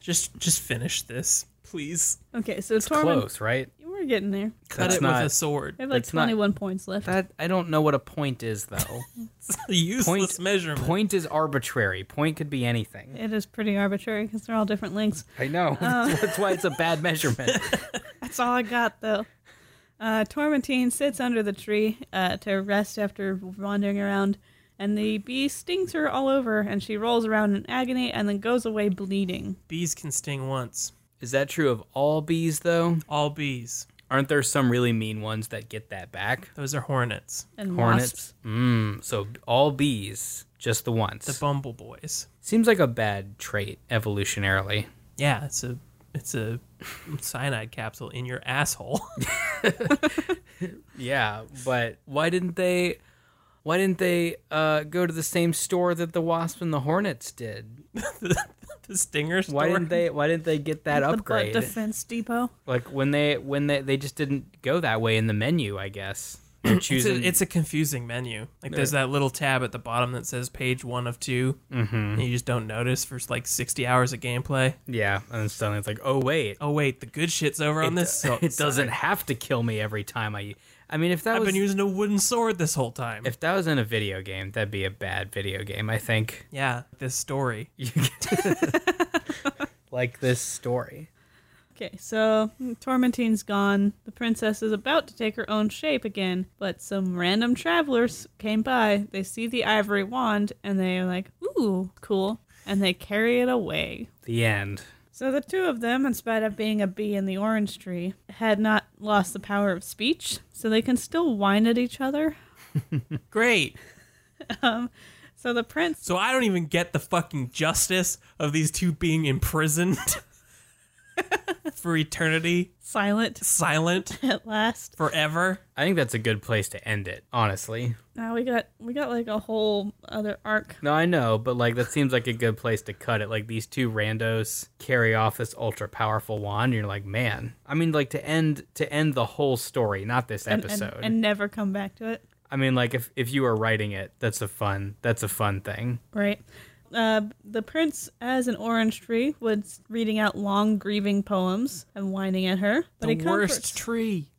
[SPEAKER 5] Just, just finish this, please.
[SPEAKER 3] Okay, so it's
[SPEAKER 4] Close, right?
[SPEAKER 3] We're getting there.
[SPEAKER 5] Cut
[SPEAKER 4] That's
[SPEAKER 5] it
[SPEAKER 4] not-
[SPEAKER 5] with a sword.
[SPEAKER 3] I have like
[SPEAKER 4] That's not-
[SPEAKER 3] 21 points left.
[SPEAKER 4] That I don't know what a point is though.
[SPEAKER 5] It's a useless
[SPEAKER 4] Point-
[SPEAKER 5] measurement.
[SPEAKER 4] point is arbitrary. Point could be anything.
[SPEAKER 3] It is pretty arbitrary because they're all different lengths.
[SPEAKER 4] I know. That's why it's a bad measurement.
[SPEAKER 3] That's all I got, though. Uh, Tormentine sits under the tree uh, to rest after wandering around, and the bee stings her all over, and she rolls around in agony and then goes away bleeding.
[SPEAKER 5] Bees can sting once.
[SPEAKER 4] Is that true of all bees though?
[SPEAKER 5] All bees.
[SPEAKER 4] Aren't there some really mean ones that get that back?
[SPEAKER 5] Those are hornets.
[SPEAKER 3] And
[SPEAKER 4] Hornets.
[SPEAKER 3] wasps.
[SPEAKER 4] Mm, so all bees, just the once.
[SPEAKER 5] The Bumble Boys.
[SPEAKER 4] Seems like a bad trait evolutionarily.
[SPEAKER 5] Yeah, it's a it's a cyanide capsule in your asshole.
[SPEAKER 4] Yeah, but why didn't they? why didn't they uh, go to the same store that the Wasp and the Hornets did?
[SPEAKER 5] the stinger store.
[SPEAKER 4] Why didn't they? Why didn't they get that
[SPEAKER 3] the
[SPEAKER 4] upgrade?
[SPEAKER 3] butt defense depot.
[SPEAKER 4] like when they when they they just didn't go that way in the menu. I guess They're
[SPEAKER 5] It's
[SPEAKER 4] choosing.
[SPEAKER 5] a, it's a confusing menu. Like there's that little tab at the bottom that says page one of 2 mm-hmm. and you just don't notice for like 60 hours of gameplay.
[SPEAKER 4] yeah, and then suddenly it's like, oh wait,
[SPEAKER 5] Oh wait, the good shit's over on
[SPEAKER 4] it,
[SPEAKER 5] this. so-
[SPEAKER 4] it doesn't
[SPEAKER 5] side.
[SPEAKER 4] have to kill me every time I. I mean, if that
[SPEAKER 5] I've
[SPEAKER 4] was
[SPEAKER 5] been using a wooden sword this whole time.
[SPEAKER 4] if that was in a video game, that'd be a bad video game. I think
[SPEAKER 5] yeah, this story.
[SPEAKER 4] you get- like this story.
[SPEAKER 3] Okay, so Tormentine's gone. The princess is about to take her own shape again, but some random travelers came by. They see the ivory wand and they are like, ooh, cool. And they carry it away.
[SPEAKER 4] The end.
[SPEAKER 3] So the two of them, in spite of being a bee in the orange tree, had not lost the power of speech, so they can still whine at each other.
[SPEAKER 5] Great.
[SPEAKER 3] So the prince,
[SPEAKER 5] So I don't even get the fucking justice of these two being imprisoned for eternity,
[SPEAKER 3] silent
[SPEAKER 5] silent
[SPEAKER 3] at last.
[SPEAKER 5] forever.
[SPEAKER 4] I think that's a good place to end it, honestly.
[SPEAKER 3] Now we got we got like a whole other arc.
[SPEAKER 4] No, I know, but like that seems like a good place to cut it. Like these two randos carry off this ultra powerful wand. And you're like, man. I mean, like to end to end the whole story, not this
[SPEAKER 3] and-
[SPEAKER 4] episode.
[SPEAKER 3] and, and never come back to it.
[SPEAKER 4] I mean, like if if you were writing it, that's a fun that's a fun thing.
[SPEAKER 3] Right. Uh, the prince, as an orange tree, was reading out long, grieving poems and whining at her. But
[SPEAKER 5] the
[SPEAKER 3] he
[SPEAKER 5] worst
[SPEAKER 3] comforts.
[SPEAKER 5] tree.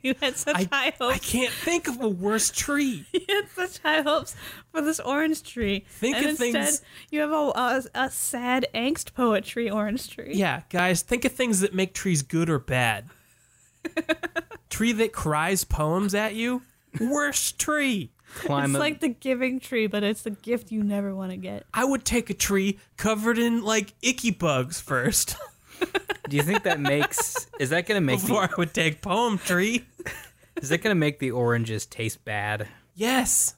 [SPEAKER 3] you had such high
[SPEAKER 5] I, I
[SPEAKER 3] hopes.
[SPEAKER 5] can't think of a worse tree.
[SPEAKER 3] You had such high hopes for this orange tree.
[SPEAKER 5] Think
[SPEAKER 3] and
[SPEAKER 5] of
[SPEAKER 3] instead,
[SPEAKER 5] things-
[SPEAKER 3] you have a, a, a sad angst poetry orange tree.
[SPEAKER 5] Yeah, guys, think of things that make trees good or bad. tree that cries poems at you? Worst tree.
[SPEAKER 4] Climb
[SPEAKER 3] It's
[SPEAKER 4] a-
[SPEAKER 3] like the giving tree, but it's the gift you never want to get.
[SPEAKER 5] I would take a tree covered in like icky bugs first
[SPEAKER 4] Do you think that makes is that gonna make
[SPEAKER 5] before
[SPEAKER 4] the,
[SPEAKER 5] I would take poem tree.
[SPEAKER 4] is that gonna make the oranges taste bad?
[SPEAKER 5] Yes,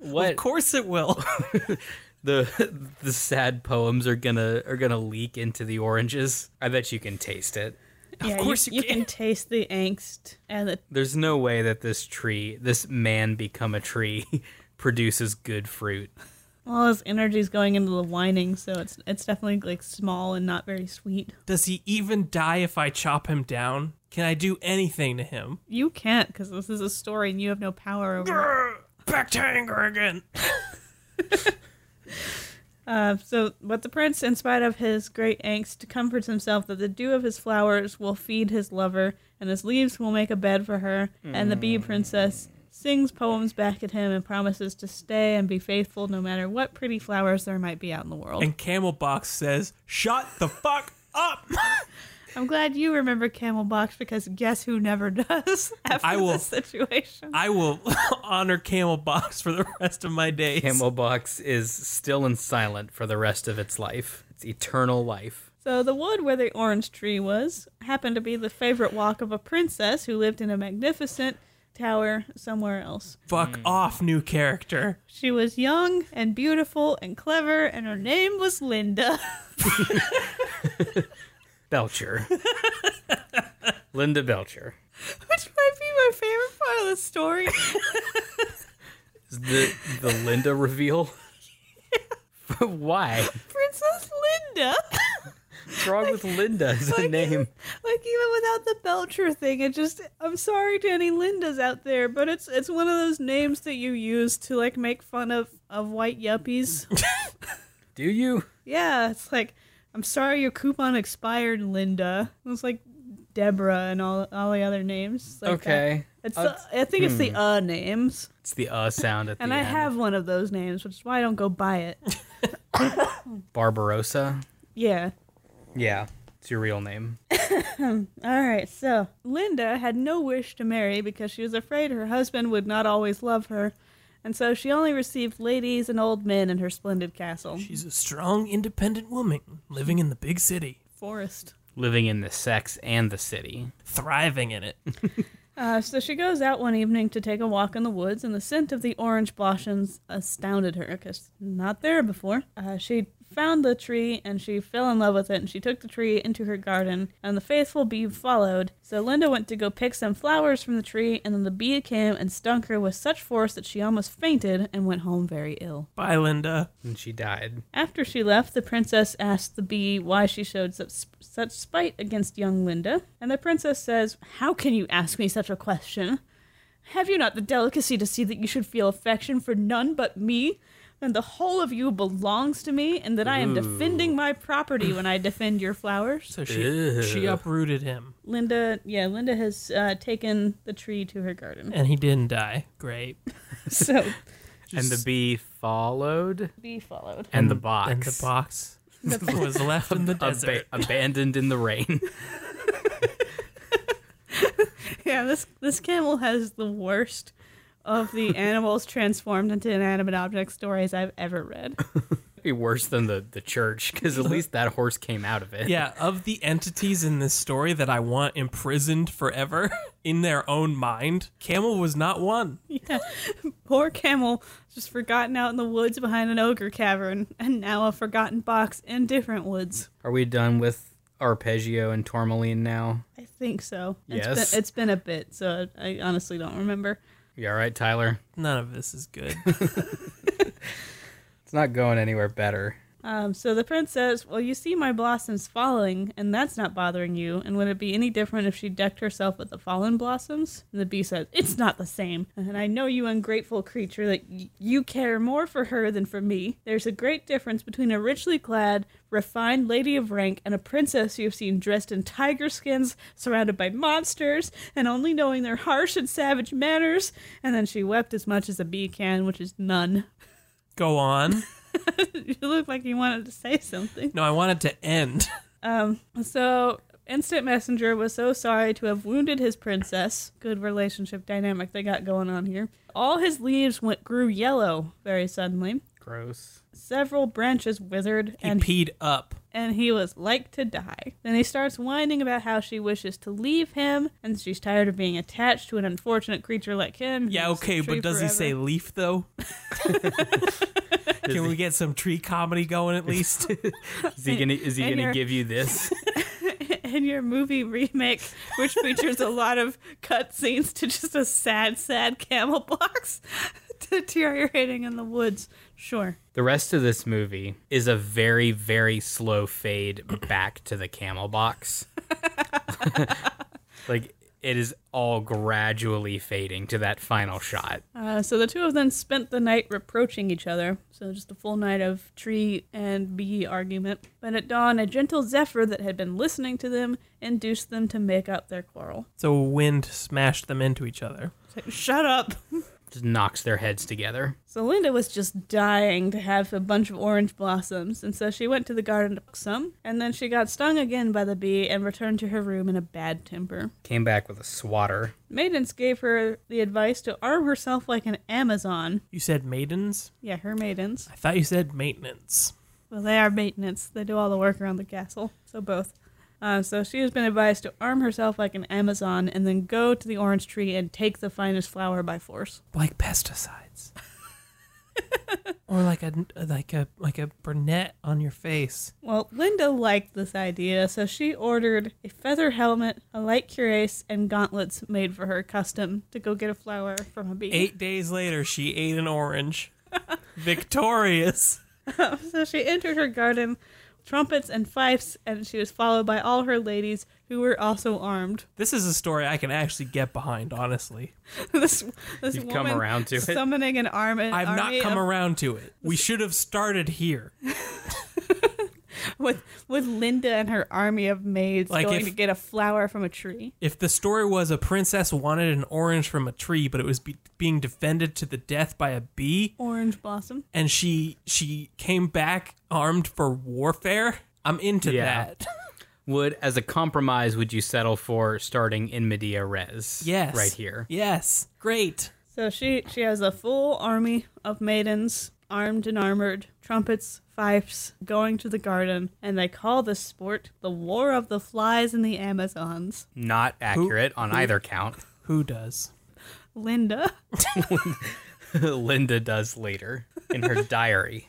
[SPEAKER 4] What
[SPEAKER 5] of course it will.
[SPEAKER 4] the the sad poems are gonna are gonna leak into the oranges. I bet you can taste it.
[SPEAKER 3] yeah,
[SPEAKER 5] course you
[SPEAKER 3] you can
[SPEAKER 5] can.
[SPEAKER 3] taste the angst and the
[SPEAKER 4] There's no way that this tree, this man become a tree, produces good fruit.
[SPEAKER 3] all his energy's going into the whining, so it's it's definitely like small and not very sweet.
[SPEAKER 5] Does he even die if I chop him down? Can I do anything to him?
[SPEAKER 3] You can't because this is a story and you have no power over it.
[SPEAKER 5] Back to anger again.
[SPEAKER 3] Uh, so, but the prince, in spite of his great angst, comforts himself that the dew of his flowers will feed his lover and his leaves will make a bed for her. And the bee princess sings poems back at him and promises to stay and be faithful no matter what pretty flowers there might be out in the world.
[SPEAKER 5] And Camelbox says, "Shut the fuck up."
[SPEAKER 3] I'm glad you remember Camel Box because guess who never does after
[SPEAKER 5] I will-
[SPEAKER 3] this situation?
[SPEAKER 5] I will honor Camelbox for the rest of my days.
[SPEAKER 4] Camelbox is still and silent for the rest of its life. It's eternal life.
[SPEAKER 3] So the wood where the orange tree was happened to be the favorite walk of a princess who lived in a magnificent tower somewhere else.
[SPEAKER 5] Fuck off, new character.
[SPEAKER 3] She was young and beautiful and clever, and her name was Linda.
[SPEAKER 4] Belcher. Linda Belcher.
[SPEAKER 3] Which might be my favorite part of the story.
[SPEAKER 4] Is the the Linda reveal? Why?
[SPEAKER 3] Princess Linda.
[SPEAKER 4] What's wrong with Linda as a name?
[SPEAKER 3] like even without the Belcher thing, it just I'm sorry to any Lindas out there, but it's it's one of those names that you use to like make fun of of white yuppies.
[SPEAKER 4] Do you?
[SPEAKER 3] Yeah, it's like, I'm sorry your coupon expired, Linda. It was like Deborah and all all the other names. like
[SPEAKER 4] Okay.
[SPEAKER 3] that. It's the, I think it's the uh names,
[SPEAKER 4] It's the uh sound at
[SPEAKER 3] and
[SPEAKER 4] the
[SPEAKER 3] I
[SPEAKER 4] end.
[SPEAKER 3] have one of those names, which is why I don't go buy it.
[SPEAKER 4] Barbarossa.
[SPEAKER 3] yeah.
[SPEAKER 4] Yeah. It's your real name.
[SPEAKER 3] All right. So Linda had no wish to marry because she was afraid her husband would not always love her, and so she only received ladies and old men in her splendid castle
[SPEAKER 5] She's a strong, independent woman living in the big city,
[SPEAKER 3] forest.
[SPEAKER 4] Living in the sex and the city.
[SPEAKER 5] thriving in it.
[SPEAKER 3] Uh, so she goes out one evening to take a walk in the woods, and the scent of the orange blossoms astounded her because not there before. Uh, she found the tree and she fell in love with it and she took the tree into her garden and the faithful bee followed. So Linda went to go pick some flowers from the tree and then the bee came and stung her with such force that she almost fainted and went home very ill.
[SPEAKER 5] Bye, Linda.
[SPEAKER 4] And she died.
[SPEAKER 3] After she left, the princess asked the bee why she showed such, such spite against young Linda, and the princess says, How can you ask me such a question? Have you not the delicacy to see that you should feel affection for none but me, and the whole of you belongs to me, and that I am defending my property when I defend your flowers?
[SPEAKER 5] So she she uprooted him,
[SPEAKER 3] Linda, yeah, Linda has uh, taken the tree to her garden.
[SPEAKER 5] and he didn't die. Great.
[SPEAKER 3] so
[SPEAKER 4] and the bee followed,
[SPEAKER 3] the bee followed.
[SPEAKER 4] and, the box,
[SPEAKER 5] And the box was left in the
[SPEAKER 4] Aba-
[SPEAKER 5] desert.
[SPEAKER 4] abandoned in the rain.
[SPEAKER 3] Yeah, this this camel has the worst of the animals transformed into inanimate object stories I've ever read.
[SPEAKER 4] Be worse than the the church because at least that horse came out of it.
[SPEAKER 5] Yeah, of the entities in this story that I want imprisoned forever in their own mind, Camel was not one.
[SPEAKER 3] Poor camel, just forgotten out in the woods behind an ogre cavern, and now a forgotten box in different woods.
[SPEAKER 4] Are we done with arpeggio and tourmaline now?
[SPEAKER 3] I think so. It's
[SPEAKER 4] Yes.
[SPEAKER 3] been, it's been a bit, so I honestly don't remember.
[SPEAKER 4] You all right, Tyler?
[SPEAKER 5] None of this is good.
[SPEAKER 4] It's not going anywhere better.
[SPEAKER 3] Um, so the prince says, Well, you see my blossoms falling, and that's not bothering you. And would it be any different if she decked herself with the fallen blossoms? And the bee says, It's not the same. And I know, you ungrateful creature, that y- you care more for her than for me. There's a great difference between a richly clad, refined lady of rank and a princess you've seen dressed in tiger skins, surrounded by monsters, and only knowing their harsh and savage manners. And then she wept as much as a bee can, which is none.
[SPEAKER 5] Go on.
[SPEAKER 3] you look like you wanted to say something.
[SPEAKER 5] No, I want it to end.
[SPEAKER 3] So, Instant Messenger was so sorry to have wounded his princess. Good relationship dynamic they got going on here. All his leaves went grew yellow very suddenly.
[SPEAKER 4] Gross.
[SPEAKER 3] Several branches withered,
[SPEAKER 5] He
[SPEAKER 3] and
[SPEAKER 5] peed up.
[SPEAKER 3] and he was like to die. Then he starts whining about how she wishes to leave him, and she's tired of being attached to an unfortunate creature like him.
[SPEAKER 5] Yeah,
[SPEAKER 3] who's
[SPEAKER 5] okay,
[SPEAKER 3] free
[SPEAKER 5] but does he
[SPEAKER 3] forever.
[SPEAKER 5] say leaf though? Can we get some tree comedy going at least?
[SPEAKER 4] Is he gonna is he
[SPEAKER 3] And
[SPEAKER 4] gonna
[SPEAKER 3] you're-
[SPEAKER 4] give you this?
[SPEAKER 3] in your movie remake, which features a lot of cut scenes to just a sad, sad camel box deteriorating in the woods. Sure.
[SPEAKER 4] The rest of this movie is a very, very slow fade back to the camel box. like it is all gradually fading to that final shot.
[SPEAKER 3] Uh, so the two of them spent the night reproaching each other. So just a full night of tree and bee argument. But at dawn, a gentle zephyr that had been listening to them induced them to make up their quarrel.
[SPEAKER 5] so wind smashed them into each other.
[SPEAKER 3] It's like, Shut up.
[SPEAKER 4] Just knocks their heads together.
[SPEAKER 3] So Linda was just dying to have a bunch of orange blossoms, and so she went to the garden to pick some, and then she got stung again by the bee and returned to her room in a bad temper.
[SPEAKER 4] Came back with a swatter.
[SPEAKER 3] Maidens gave her the advice to arm herself like an Amazon.
[SPEAKER 5] You said maidens?
[SPEAKER 3] Yeah, her maidens.
[SPEAKER 5] I thought you said maintenance.
[SPEAKER 3] Well, they are maintenance. They do all the work around the castle. So both. Uh, so she has been advised to arm herself like an Amazon and then go to the orange tree and take the finest flower by force.
[SPEAKER 5] Like pesticides. or like a like a like a brunette on your face.
[SPEAKER 3] Well, Linda liked this idea, so she ordered a feather helmet, a light cuirass, and gauntlets made for her custom to go get a flower from a bee.
[SPEAKER 5] Eight days later, she ate an orange. Victorious.
[SPEAKER 3] So she entered her garden, trumpets and fifes, and she was followed by all her ladies who were also armed.
[SPEAKER 5] This is a story I can actually get behind, honestly.
[SPEAKER 3] this this
[SPEAKER 4] You've come
[SPEAKER 3] woman
[SPEAKER 4] around to it.
[SPEAKER 3] summoning an arm. An
[SPEAKER 5] I've not
[SPEAKER 3] army
[SPEAKER 5] come
[SPEAKER 3] of-
[SPEAKER 5] around to it. We should have started here.
[SPEAKER 3] with with Linda and her army of maids
[SPEAKER 5] Like
[SPEAKER 3] going
[SPEAKER 5] if-
[SPEAKER 3] to get a flower from a tree.
[SPEAKER 5] If the story was a princess wanted an orange from a tree, but it was be- being defended to the death by a bee,
[SPEAKER 3] Orange blossom.
[SPEAKER 5] and she she came back armed for warfare, I'm into
[SPEAKER 4] Yeah.
[SPEAKER 5] that.
[SPEAKER 4] Would as a compromise would you settle for starting in media res?
[SPEAKER 5] Yes,
[SPEAKER 4] Right here.
[SPEAKER 5] Yes, great.
[SPEAKER 3] So she she has a full army of maidens, armed and armored, trumpets, fifes, going to the garden, and they call this sport the War of the Flies in the Amazons.
[SPEAKER 4] Not accurate on either count.
[SPEAKER 5] Who does?
[SPEAKER 3] Linda.
[SPEAKER 4] Linda does later in her diary.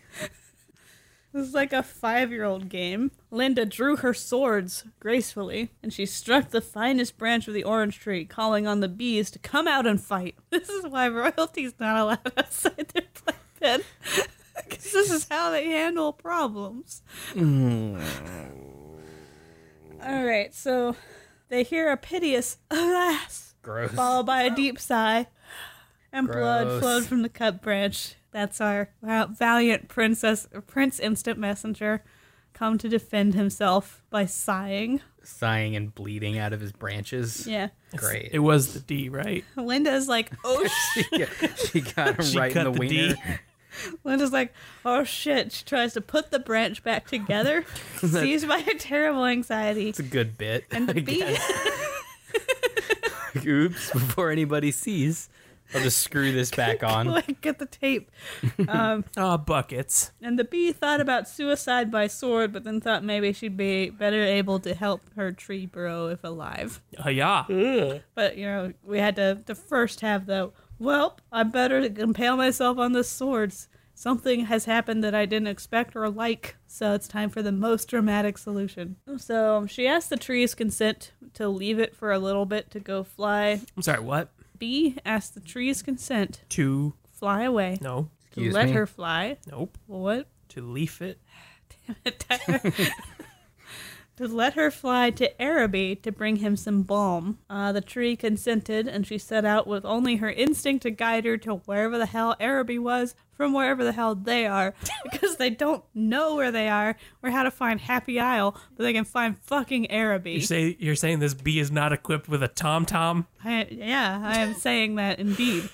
[SPEAKER 3] This is like a five year old game. Linda drew her swords gracefully, and she struck the finest branch of the orange tree, calling on the bees to come out and fight. This is why royalty's not allowed outside their playpen. Because this is how they handle problems. All right, so they hear a piteous, alas,
[SPEAKER 4] Gross.
[SPEAKER 3] followed by a deep sigh, and blood
[SPEAKER 4] Gross.
[SPEAKER 3] flowed from the cut branch. That's our val- valiant princess, Prince Instant Messenger, come to defend himself by sighing.
[SPEAKER 4] Sighing and bleeding out of his branches.
[SPEAKER 3] Yeah,
[SPEAKER 4] Great.
[SPEAKER 5] It was the D, right?
[SPEAKER 3] Linda's like, oh, sh-.
[SPEAKER 4] Yeah, she got him
[SPEAKER 5] She
[SPEAKER 4] right
[SPEAKER 5] cut
[SPEAKER 4] in the,
[SPEAKER 5] the D.
[SPEAKER 4] wiener.
[SPEAKER 3] Linda's like, oh shit. She tries to put the branch back together, seized by a terrible anxiety.
[SPEAKER 4] It's a good bit.
[SPEAKER 3] And the
[SPEAKER 4] I
[SPEAKER 3] bee,
[SPEAKER 4] guess. Oops! Before anybody sees, I'll just screw this back on.
[SPEAKER 3] like, get the tape.
[SPEAKER 5] Ah, buckets.
[SPEAKER 3] And the bee thought about suicide by sword, but then thought maybe she'd be better able to help her tree bro if alive.
[SPEAKER 5] Ah, yeah.
[SPEAKER 3] But, you know, we had to, to first have the, well, I better impale myself on the swords. Something has happened that I didn't expect or like, so it's time for the most dramatic solution. So um, she asked the tree's consent to leave it for a little bit to go fly.
[SPEAKER 5] I'm sorry. What?
[SPEAKER 3] Bee asked the tree's consent
[SPEAKER 5] To
[SPEAKER 3] fly away.
[SPEAKER 5] no,
[SPEAKER 3] to
[SPEAKER 4] Excuse
[SPEAKER 3] let
[SPEAKER 4] me?
[SPEAKER 3] her fly.
[SPEAKER 5] nope.
[SPEAKER 3] What?
[SPEAKER 5] To leaf it.
[SPEAKER 3] to let her fly to Araby to bring him some balm. Uh, the tree consented, and she set out with only her instinct to guide her to wherever the hell Araby was from wherever the hell they are, because they don't know where they are or how to find Happy Isle, but they can find fucking
[SPEAKER 5] You
[SPEAKER 3] Araby.
[SPEAKER 5] say you're saying this bee is not equipped with a tom tom,
[SPEAKER 3] I, yeah, I am saying that indeed.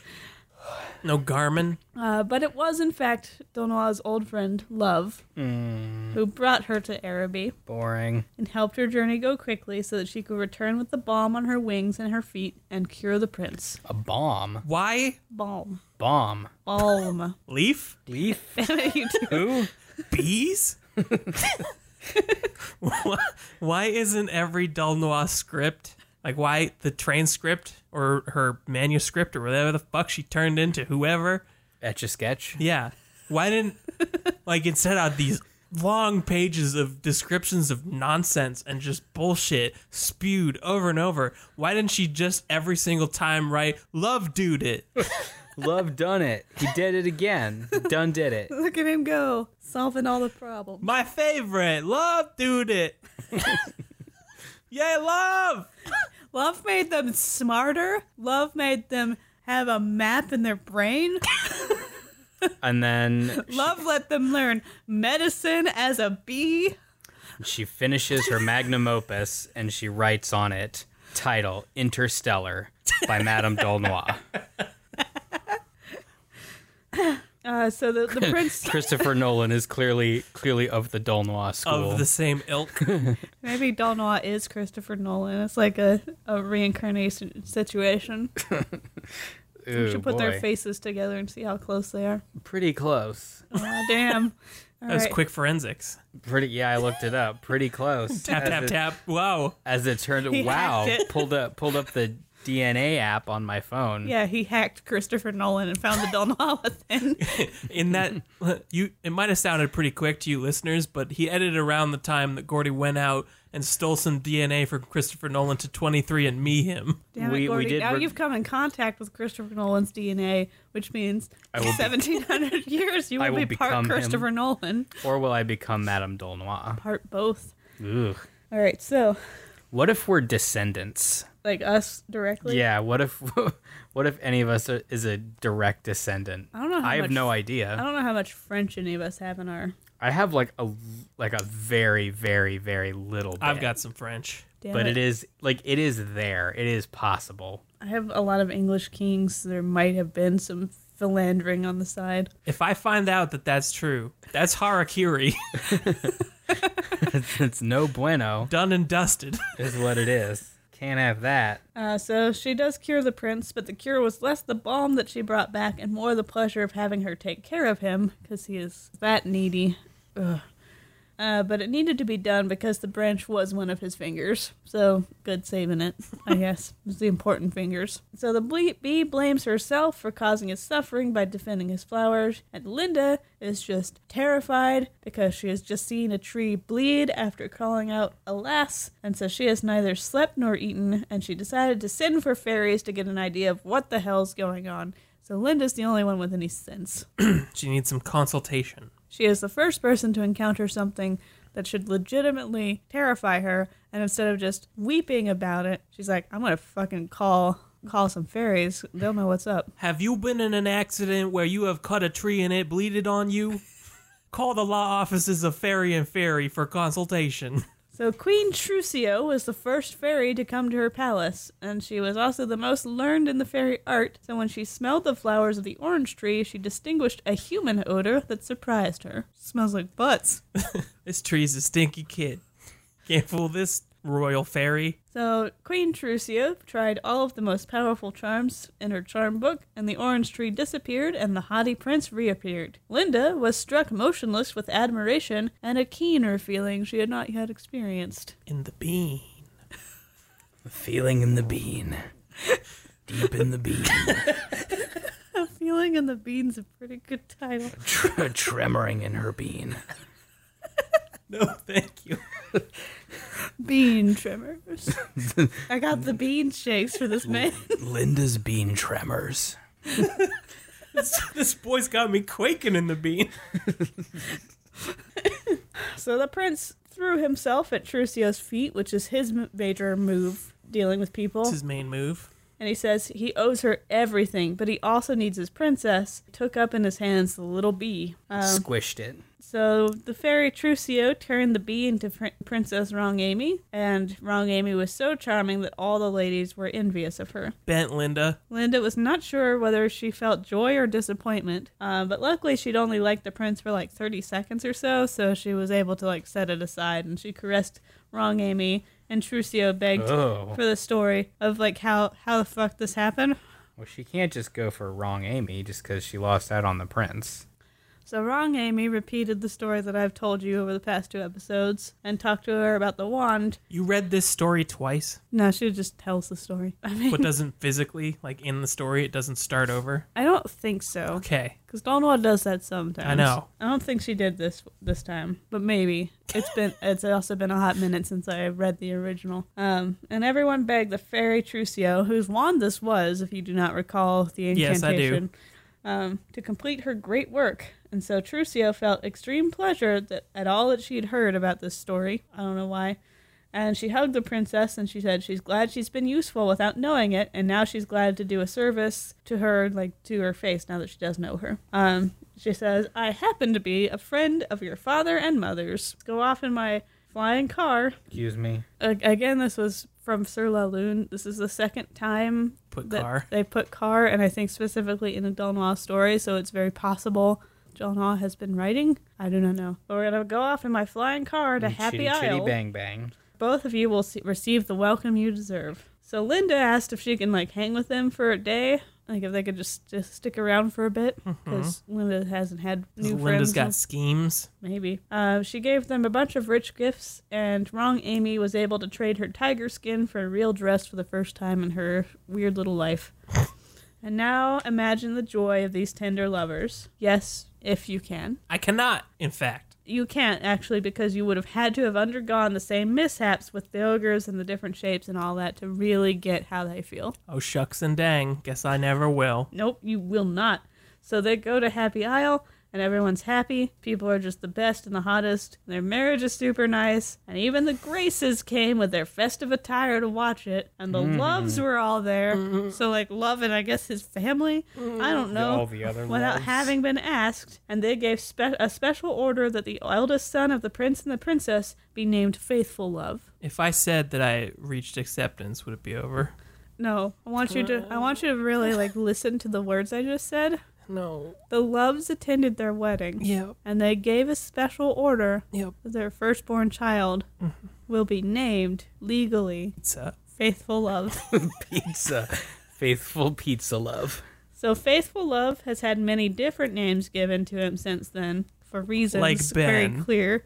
[SPEAKER 5] no Garmin.
[SPEAKER 3] Uh, but it was, in fact, Donoa's old friend, Love,
[SPEAKER 5] Mm.
[SPEAKER 3] who brought her to Araby.
[SPEAKER 4] Boring.
[SPEAKER 3] and helped her journey go quickly so that she could return with the balm on her wings and her feet and cure the prince.
[SPEAKER 4] A bomb.
[SPEAKER 5] Why
[SPEAKER 3] Balm.
[SPEAKER 4] Bomb.
[SPEAKER 3] Balm.
[SPEAKER 5] leaf
[SPEAKER 4] Leaf.
[SPEAKER 3] You do-
[SPEAKER 4] Who?
[SPEAKER 5] bees? Why- why isn't every Del Noir script like why the transcript or her manuscript or whatever the fuck she turned into whoever?
[SPEAKER 4] Etch a sketch.
[SPEAKER 5] Yeah, why didn't like instead of these long pages of descriptions of nonsense and just bullshit spewed over and over? Why didn't she just every single time write "love dude" it?
[SPEAKER 4] Love done it. He did it again. Done did it.
[SPEAKER 3] Look at him go, solving all the problems.
[SPEAKER 5] My favorite. Love dude it. Yay, love!
[SPEAKER 3] Love made them smarter. Love made them have a map in their brain.
[SPEAKER 4] And then
[SPEAKER 3] Love let them learn medicine as a bee.
[SPEAKER 4] she finishes her magnum opus and she writes on it title Interstellar by Madame Dolnois.
[SPEAKER 3] Uh, so the, the prince,
[SPEAKER 4] Christopher Nolan is clearly clearly of the Dolnois school.
[SPEAKER 5] Of the same ilk.
[SPEAKER 3] maybe Dalnois is Christopher Nolan. It's like a, a reincarnation situation.
[SPEAKER 4] Ooh,
[SPEAKER 3] We should put
[SPEAKER 4] boy.
[SPEAKER 3] their faces together and see how close they are.
[SPEAKER 4] pretty close.
[SPEAKER 3] Aw, damn.
[SPEAKER 5] That was
[SPEAKER 3] Alright.
[SPEAKER 5] quick forensics.
[SPEAKER 4] Pretty yeah, I looked it up. Pretty close.
[SPEAKER 5] Tap,
[SPEAKER 4] as
[SPEAKER 5] tap,
[SPEAKER 4] it,
[SPEAKER 5] tap. Wow.
[SPEAKER 4] As it turned
[SPEAKER 3] He
[SPEAKER 4] wow,
[SPEAKER 3] hacked it.
[SPEAKER 4] pulled up pulled up the DNA app on my phone.
[SPEAKER 3] Yeah, he hacked Christopher Nolan and found the Dalnois within.
[SPEAKER 5] In that, you it might have sounded pretty quick to you listeners, but he edited around the time that Gordy went out and stole some DNA from Christopher Nolan to 23 and me him.
[SPEAKER 3] Damn
[SPEAKER 4] We-
[SPEAKER 3] it,
[SPEAKER 4] we
[SPEAKER 3] Gordy.
[SPEAKER 4] did
[SPEAKER 3] now
[SPEAKER 4] re-
[SPEAKER 3] you've come in contact with Christopher Nolan's DNA, which means
[SPEAKER 4] I will be-
[SPEAKER 3] 1700 years you
[SPEAKER 4] I
[SPEAKER 3] will,
[SPEAKER 4] will
[SPEAKER 3] be part
[SPEAKER 4] become
[SPEAKER 3] Christopher Nolan,
[SPEAKER 4] Or will I become Madame Dolnois?
[SPEAKER 3] part both.
[SPEAKER 4] Ugh.
[SPEAKER 3] All right, so
[SPEAKER 4] What if we're descendants?
[SPEAKER 3] like us directly.
[SPEAKER 4] Yeah. What if what if any of us are, is a direct descendant? I
[SPEAKER 3] don't know how
[SPEAKER 4] I have
[SPEAKER 3] much-
[SPEAKER 4] no
[SPEAKER 3] I
[SPEAKER 4] idea.
[SPEAKER 3] don't know how much French any of us have in our.
[SPEAKER 4] I, have like a like a very very very little. Bit,
[SPEAKER 5] I've got some French.
[SPEAKER 3] Damn
[SPEAKER 4] But
[SPEAKER 3] it
[SPEAKER 4] it is like it is there. It is possible.
[SPEAKER 3] I have a lot of English kings. There might have been some philandering on the side.
[SPEAKER 5] If I find out that that's true, that's harakiri.
[SPEAKER 4] it's no bueno.
[SPEAKER 5] Done and dusted.
[SPEAKER 4] Is what it is. Can't have that.
[SPEAKER 3] Uh, so she does cure the prince, but the cure was less the balm that she brought back and more the pleasure of having her take care of him because he is that needy. Ugh. Uh, but it needed to be done because the branch was one of his fingers. So good saving it, I guess. It was the important fingers. So the ble- bee blames herself for causing his suffering by defending his flowers, and Linda is just terrified because she has just seen a tree bleed after calling out, Alas! And so she has neither slept nor eaten, and she decided to send for fairies to get an idea of what the hell's going on. So Linda's the only one with any sense.
[SPEAKER 5] She needs some consultation.
[SPEAKER 3] She is the first person to encounter something that should legitimately terrify her, and instead of just weeping about it, she's like, "I'm gonna fucking call call some fairies. They'll know what's up."
[SPEAKER 5] Have you been in an accident where you have cut a tree and it bleeded on you? Call the law offices of Fairy and Fairy for consultation.
[SPEAKER 3] So Queen Trucio was the first fairy to come to her palace, and she was also the most learned in the fairy art. So when she smelled the flowers of the orange tree, she distinguished a human odor that surprised her. Smells like butts.
[SPEAKER 5] This tree's a stinky kid. Can't fool this royal fairy.
[SPEAKER 3] So Queen Trucia tried all of the most powerful charms in her charm book, and the orange tree disappeared, and the haughty prince reappeared. Linda was struck motionless with admiration and a keener feeling she had not yet experienced.
[SPEAKER 5] In the bean.
[SPEAKER 4] The feeling in the bean. Deep in the bean.
[SPEAKER 3] A feeling in the bean's a pretty good title.
[SPEAKER 4] Tr- tremoring in her bean.
[SPEAKER 5] No, thank you.
[SPEAKER 3] Bean tremors. I got the bean shakes for this man.
[SPEAKER 4] Linda's bean tremors.
[SPEAKER 5] this boy's got me quaking in the bean.
[SPEAKER 3] So the prince threw himself at Trucio's feet, which is his m- major move dealing with people.
[SPEAKER 5] It's his main move.
[SPEAKER 3] and he says he owes her everything, but he also needs his princess. Took up in his hands the little bee. Um,
[SPEAKER 4] Squished it.
[SPEAKER 3] so the fairy Trucio turned the bee into pr- Princess Wrong Amy, and Wrong Amy was so charming that all the ladies were envious of her.
[SPEAKER 5] Bent Linda.
[SPEAKER 3] Linda was not sure whether she felt joy or disappointment, uh, but luckily she'd only liked the prince for like 30 seconds or so, so she was able to like set it aside and she caressed Wrong Amy. And Trucio begged
[SPEAKER 4] Oh.
[SPEAKER 3] for the story of like how how the fuck this happened.
[SPEAKER 4] Well, she can't just go for wrong Amy just because she lost out on the prince.
[SPEAKER 3] So Wrong Amy repeated the story that I've told you over the past two episodes and talked to her about the wand.
[SPEAKER 5] You read this story twice,
[SPEAKER 3] No, she just tells the story. I mean,
[SPEAKER 5] but doesn't physically, like in the story, it doesn't start over.
[SPEAKER 3] I don't think so.
[SPEAKER 5] Okay.
[SPEAKER 3] Because Donwa does that sometimes.
[SPEAKER 5] I know.
[SPEAKER 3] I don't think she did this this time, but maybe it's been. It's also been a hot minute since I read the original. Um, and everyone begged the fairy Trucio, whose wand this was, if you do not recall the
[SPEAKER 5] Yes, I do.
[SPEAKER 3] incantation, um, to complete her great work. And so Trucio felt extreme pleasure that, at all that she had heard about this story. I don't know why. And she hugged the princess and she said she's glad she's been useful without knowing it, and now she's glad to do a service to her, like to her face, now that she does know her. Um, she says, I happen to be a friend of your father and mother's. Go off in my flying car.
[SPEAKER 4] Excuse me.
[SPEAKER 3] A- again, this was from Sir La Lune. This is the second time
[SPEAKER 5] Put
[SPEAKER 3] that
[SPEAKER 5] car.
[SPEAKER 3] they put car, and I think specifically in a Delnois story, so it's very possible. Delnois has been writing. I do not know. But we're going to go off in my flying car to Happy
[SPEAKER 4] chitty,
[SPEAKER 3] Isle
[SPEAKER 4] Chitty bang bang.
[SPEAKER 3] both of you will se- receive the welcome you deserve. So Linda asked if she can like hang with them for a day, like if they could just just stick around for a bit, because Linda hasn't had new
[SPEAKER 5] Linda's
[SPEAKER 3] friends.
[SPEAKER 5] got schemes.
[SPEAKER 3] Maybe. Uh, she gave them a bunch of rich gifts, and Wrong Amy was able to trade her tiger skin for a real dress for the first time in her weird little life. and now imagine the joy of these tender lovers. Yes, if you can
[SPEAKER 5] I cannot, in fact.
[SPEAKER 3] you can't actually because you would have had to have undergone the same mishaps with the ogres and the different shapes and all that to really get how they feel.
[SPEAKER 5] Oh, shucks and dang. Guess I never will.
[SPEAKER 3] Nope, you will not. So they go to Happy Isle and everyone's happy. People are just the best and the hottest. Their marriage is super nice. And even the Graces came with their festive attire to watch it. And the
[SPEAKER 4] Mm-hmm.
[SPEAKER 3] Loves were all there. So, like, Love and I guess his family. I don't know.
[SPEAKER 4] all the other
[SPEAKER 3] Without
[SPEAKER 4] Loves.
[SPEAKER 3] having been asked. And they gave spe- a special order that the eldest son of the prince and the princess be named Faithful Love.
[SPEAKER 5] If I said that I reached acceptance, would it be over?
[SPEAKER 3] No, I want you to. I want you to really like listen to the words I just said.
[SPEAKER 5] No.
[SPEAKER 3] The Loves attended their wedding.
[SPEAKER 5] Yep.
[SPEAKER 3] and they gave a special order
[SPEAKER 5] Yep.
[SPEAKER 3] that their firstborn child
[SPEAKER 5] Mm-hmm.
[SPEAKER 3] will be named legally
[SPEAKER 5] Pizza.
[SPEAKER 3] Faithful Love.
[SPEAKER 4] Pizza. Faithful pizza love.
[SPEAKER 3] so Faithful Love has had many different names given to him since then for reasons
[SPEAKER 5] Like
[SPEAKER 3] very
[SPEAKER 5] Ben.
[SPEAKER 3] clear.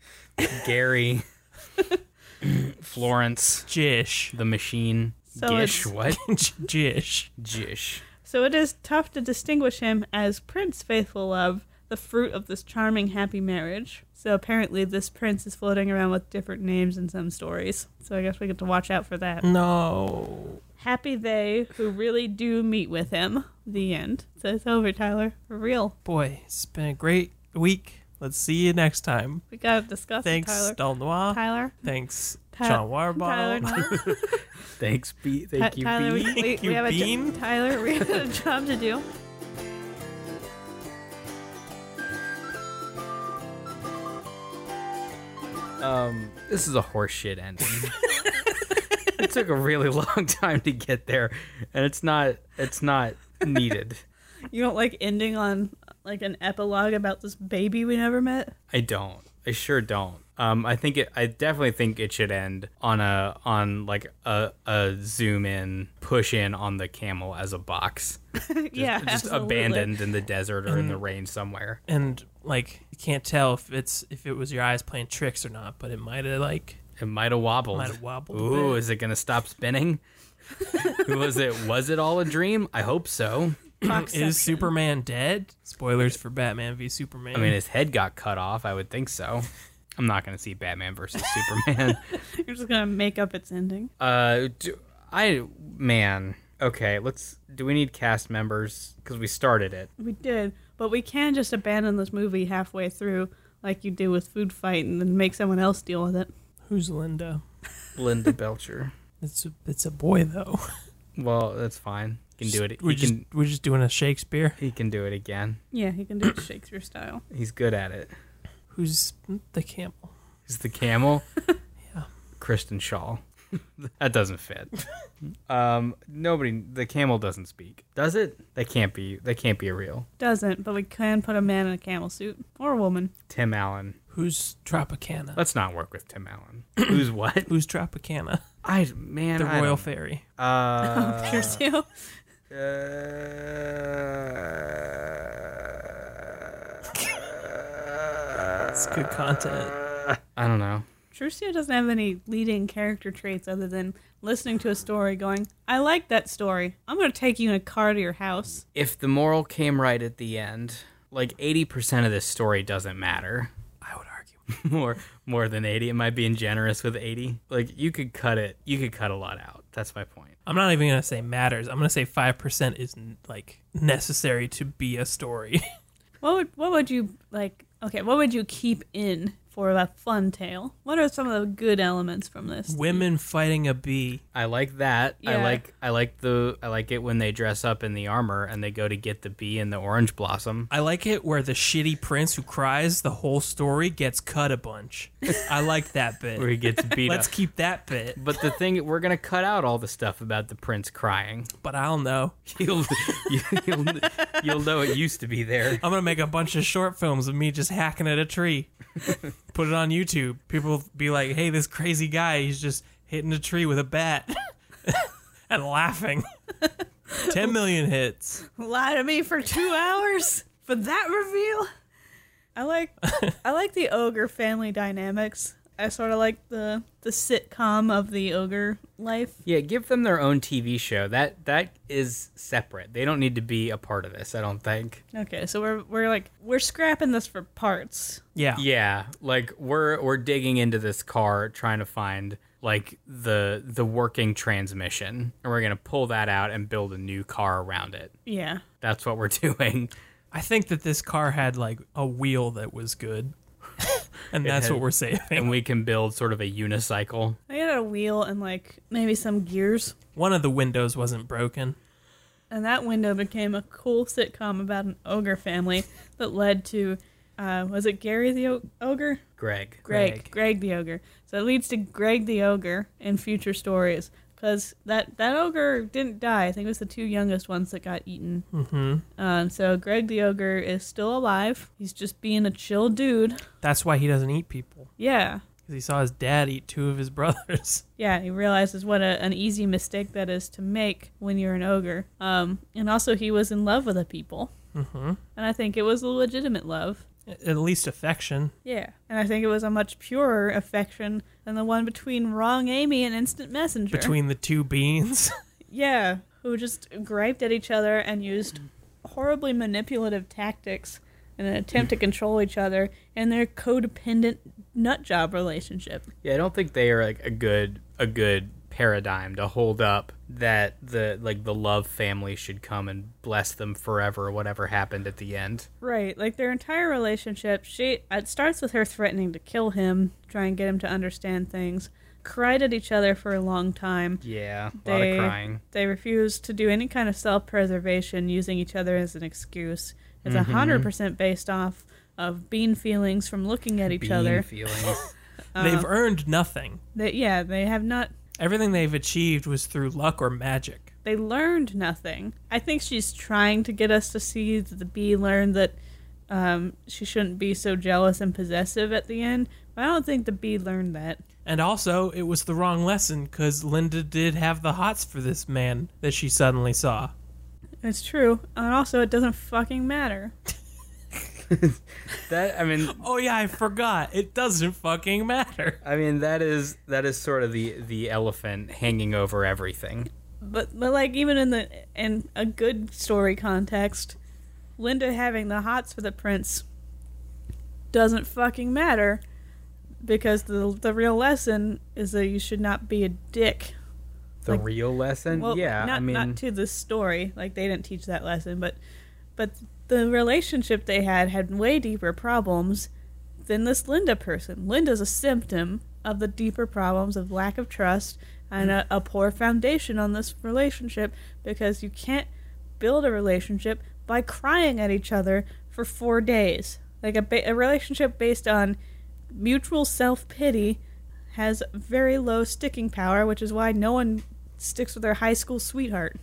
[SPEAKER 4] Gary, Florence,
[SPEAKER 5] Jish.
[SPEAKER 4] the machine.
[SPEAKER 3] So
[SPEAKER 4] Gish,
[SPEAKER 3] it's-
[SPEAKER 4] what?
[SPEAKER 5] Jish.
[SPEAKER 4] Jish.
[SPEAKER 3] So it is tough to distinguish him as Prince Faithful Love, the fruit of this charming happy marriage. So apparently, this prince is floating around with different names in some stories. So I guess we get to watch out for that.
[SPEAKER 5] No.
[SPEAKER 3] Happy they who really do meet with him. The end. So it's over, Tyler. For real.
[SPEAKER 5] Boy, it's been a great week. Let's see you next time.
[SPEAKER 3] We gotta discuss
[SPEAKER 5] Thanks,
[SPEAKER 3] it, Tyler.
[SPEAKER 5] Del Noir.
[SPEAKER 3] Tyler.
[SPEAKER 5] Thanks,
[SPEAKER 3] Ty-
[SPEAKER 5] John Warbottle.
[SPEAKER 3] Tyler,
[SPEAKER 4] Thanks, B.
[SPEAKER 3] Ty-
[SPEAKER 4] Thank you,
[SPEAKER 3] Tyler, we,
[SPEAKER 4] B.
[SPEAKER 3] we,
[SPEAKER 5] Thank
[SPEAKER 3] we
[SPEAKER 5] you,
[SPEAKER 3] have a jo-
[SPEAKER 5] Bean.
[SPEAKER 3] Tyler, we have a job to do.
[SPEAKER 4] Um, this is a horseshit ending. it took a really long time to get there, and it's not. It's not needed.
[SPEAKER 3] You don't like ending on like an epilogue about this baby we never met?
[SPEAKER 4] I don't. I sure don't. Um, I think it. I definitely think it should end on a on like a a zoom in, push in on the camel as a box,
[SPEAKER 3] yeah,
[SPEAKER 4] just
[SPEAKER 3] absolutely.
[SPEAKER 4] abandoned in the desert or in
[SPEAKER 5] Mm-hmm.
[SPEAKER 4] the rain somewhere.
[SPEAKER 5] and like you can't tell if it's if it was your eyes playing tricks or not, but it might have like
[SPEAKER 4] It might have wobbled.
[SPEAKER 5] Might have wobbled a
[SPEAKER 4] Ooh,
[SPEAKER 5] bit.
[SPEAKER 4] is it gonna stop spinning? was it? Was it all a dream? I hope so.
[SPEAKER 3] Cockception.
[SPEAKER 5] is Superman dead? Spoilers for Batman v Superman.
[SPEAKER 4] I mean, his head got cut off. I would think so. I'm not gonna see Batman versus Superman.
[SPEAKER 3] You're just gonna make up its ending.
[SPEAKER 4] Uh, do, I man. Okay, let's. Do we need cast members? Because we started it.
[SPEAKER 3] We did, but we can just abandon this movie halfway through, like you do with Food Fight, and then make someone else deal with it.
[SPEAKER 5] who's Linda?
[SPEAKER 4] Linda Belcher.
[SPEAKER 5] It's a, it's a boy though.
[SPEAKER 4] Well, that's fine. He can do it.
[SPEAKER 5] We're
[SPEAKER 4] He
[SPEAKER 5] just
[SPEAKER 4] can.
[SPEAKER 5] we're just doing a Shakespeare.
[SPEAKER 4] He can do it again.
[SPEAKER 3] Yeah, he can do it Shakespeare style.
[SPEAKER 4] He's good at it.
[SPEAKER 5] Who's the camel?
[SPEAKER 4] Is the camel? Kristen Shaw. that doesn't fit. Um, nobody. The camel doesn't speak. Does it? That can't be. That can't be real.
[SPEAKER 3] Doesn't, but we can put a man in a camel suit or a woman.
[SPEAKER 4] Tim Allen.
[SPEAKER 5] Who's Tropicana?
[SPEAKER 4] Let's not work with Tim Allen. Who's what?
[SPEAKER 5] who's Tropicana?
[SPEAKER 4] I man.
[SPEAKER 5] The
[SPEAKER 4] I
[SPEAKER 5] royal
[SPEAKER 4] don't-
[SPEAKER 5] fairy.
[SPEAKER 4] Uh,
[SPEAKER 3] There's you.
[SPEAKER 4] Uh,
[SPEAKER 5] It's good content.
[SPEAKER 3] Uh,
[SPEAKER 4] I don't know.
[SPEAKER 3] Trusio doesn't have any leading character traits other than listening to a story, going, "I like that story. I'm gonna take you in a car to your house."
[SPEAKER 4] If the moral came right at the end, like 80% of this story doesn't matter.
[SPEAKER 5] I would argue.
[SPEAKER 4] more more than 80. Am I being generous with 80? Like you could cut it. You could cut a lot out. That's my point.
[SPEAKER 5] I'm not even gonna say matters. I'm gonna say five percent is n- like necessary to be a story.
[SPEAKER 3] What would what would you like? Okay, what would you keep in for a fun tale? What are some of the good elements from this?
[SPEAKER 5] Women fighting a bee.
[SPEAKER 4] I like that.
[SPEAKER 3] Yeah.
[SPEAKER 4] I like I like the I like it when they dress up in the armor and they go to get the bee and the orange blossom.
[SPEAKER 5] I like it where the shitty prince who cries the whole story gets cut a bunch. I like that
[SPEAKER 4] Where
[SPEAKER 5] bit.
[SPEAKER 4] he gets beat
[SPEAKER 5] Let's
[SPEAKER 4] up.
[SPEAKER 5] keep that bit.
[SPEAKER 4] But the thing we're gonna cut out all the stuff about the prince crying.
[SPEAKER 5] But I'll know.
[SPEAKER 4] You'll you'll, you'll know it used to be there.
[SPEAKER 5] I'm gonna make a bunch of short films of me just hacking at a tree. Put it on YouTube. People will be like, "Hey, this crazy guy, he's just hitting a tree with a bat and laughing." Ten million hits.
[SPEAKER 3] Lie to me for two hours for that reveal. I like I like the ogre family dynamics. I sort of like the the sitcom of the ogre life.
[SPEAKER 4] Yeah, give them their own TV show. That that is separate. They don't need to be a part of this. I don't think.
[SPEAKER 3] Okay, so we're we're like we're scrapping this for parts.
[SPEAKER 5] Yeah.
[SPEAKER 4] Yeah, like we're we're digging into this car trying to find like the the working transmission, and we're gonna pull that out and build a new car around it.
[SPEAKER 3] Yeah.
[SPEAKER 4] That's what we're doing.
[SPEAKER 5] I think that this car had like a wheel that was good, and that's
[SPEAKER 4] had-
[SPEAKER 5] what we're saving.
[SPEAKER 4] And we can build sort of a unicycle.
[SPEAKER 3] I got a wheel and like maybe some gears.
[SPEAKER 5] One of the windows wasn't broken.
[SPEAKER 3] And that window became a cool sitcom about an ogre family that led to, uh, was it Gary the o- ogre?
[SPEAKER 4] Greg.
[SPEAKER 3] Greg. Greg.
[SPEAKER 5] Greg.
[SPEAKER 3] the ogre. So it leads to Greg the ogre in future stories because that that ogre didn't die. I think it was the two youngest ones that got eaten. Mm-hmm. Um, so Greg the ogre is still alive. He's just being a chill dude.
[SPEAKER 5] That's why he doesn't eat people.
[SPEAKER 3] Yeah.
[SPEAKER 5] 'Cause he saw his dad eat two of his brothers.
[SPEAKER 3] Yeah, he realizes what a, an easy mistake that is to make when you're an ogre. Um, and also, he was in love with the people. Mm-hmm. And I think it was a legitimate love.
[SPEAKER 5] at least affection.
[SPEAKER 3] Yeah. And I think it was a much purer affection than the one between Wrong Amy and Instant Messenger.
[SPEAKER 5] between the two beans.
[SPEAKER 4] Uh-huh.
[SPEAKER 3] Yeah, who just griped at each other and used horribly manipulative tactics in an attempt to control each other in their codependent nut job relationship.
[SPEAKER 4] Yeah, I don't think they are like a good a good paradigm to hold up that the like the love family should come and bless them forever whatever happened at the end.
[SPEAKER 3] Right, like their entire relationship, she it starts with her threatening to kill him, try and get him to understand things. Cried at each other for a long time.
[SPEAKER 4] Yeah, a lot
[SPEAKER 3] they,
[SPEAKER 4] of crying.
[SPEAKER 3] They refused to do any kind of self preservation, using each other as an excuse. It's
[SPEAKER 4] Mm-hmm.
[SPEAKER 3] a 100% based off of bean feelings from looking at each
[SPEAKER 4] Bean
[SPEAKER 3] other.
[SPEAKER 4] feelings.
[SPEAKER 5] They've earned nothing.
[SPEAKER 3] That yeah, they have not.
[SPEAKER 5] Everything they've achieved was through luck or magic.
[SPEAKER 3] They learned nothing. I think she's trying to get us to see that the bee learned that um, she shouldn't be so jealous and possessive at the end. But I don't think the bee learned that.
[SPEAKER 5] And also, it was the wrong lesson because Linda did have the hots for this man that she suddenly saw.
[SPEAKER 3] It's true, and also it doesn't fucking matter.
[SPEAKER 4] that I mean
[SPEAKER 5] Oh, yeah, I forgot. It doesn't fucking matter.
[SPEAKER 4] I mean that is that is sort of the the elephant hanging over everything.
[SPEAKER 3] But but like even in the in a good story context, Linda having the hots for the prince doesn't fucking matter because the the real lesson is that you should not be a dick
[SPEAKER 4] The
[SPEAKER 3] Like-
[SPEAKER 4] real lesson?
[SPEAKER 3] Well,
[SPEAKER 4] yeah,
[SPEAKER 3] not,
[SPEAKER 4] I mean
[SPEAKER 3] not to the story. Like they didn't teach that lesson, but but the relationship they had had way deeper problems than this Linda person. Linda's a symptom of the deeper problems of lack of trust and a, a poor foundation on this relationship because you can't build a relationship by crying at each other for four days. Like a, ba- a relationship based on mutual self pity has very low sticking power, which is why no one sticks with their high school sweetheart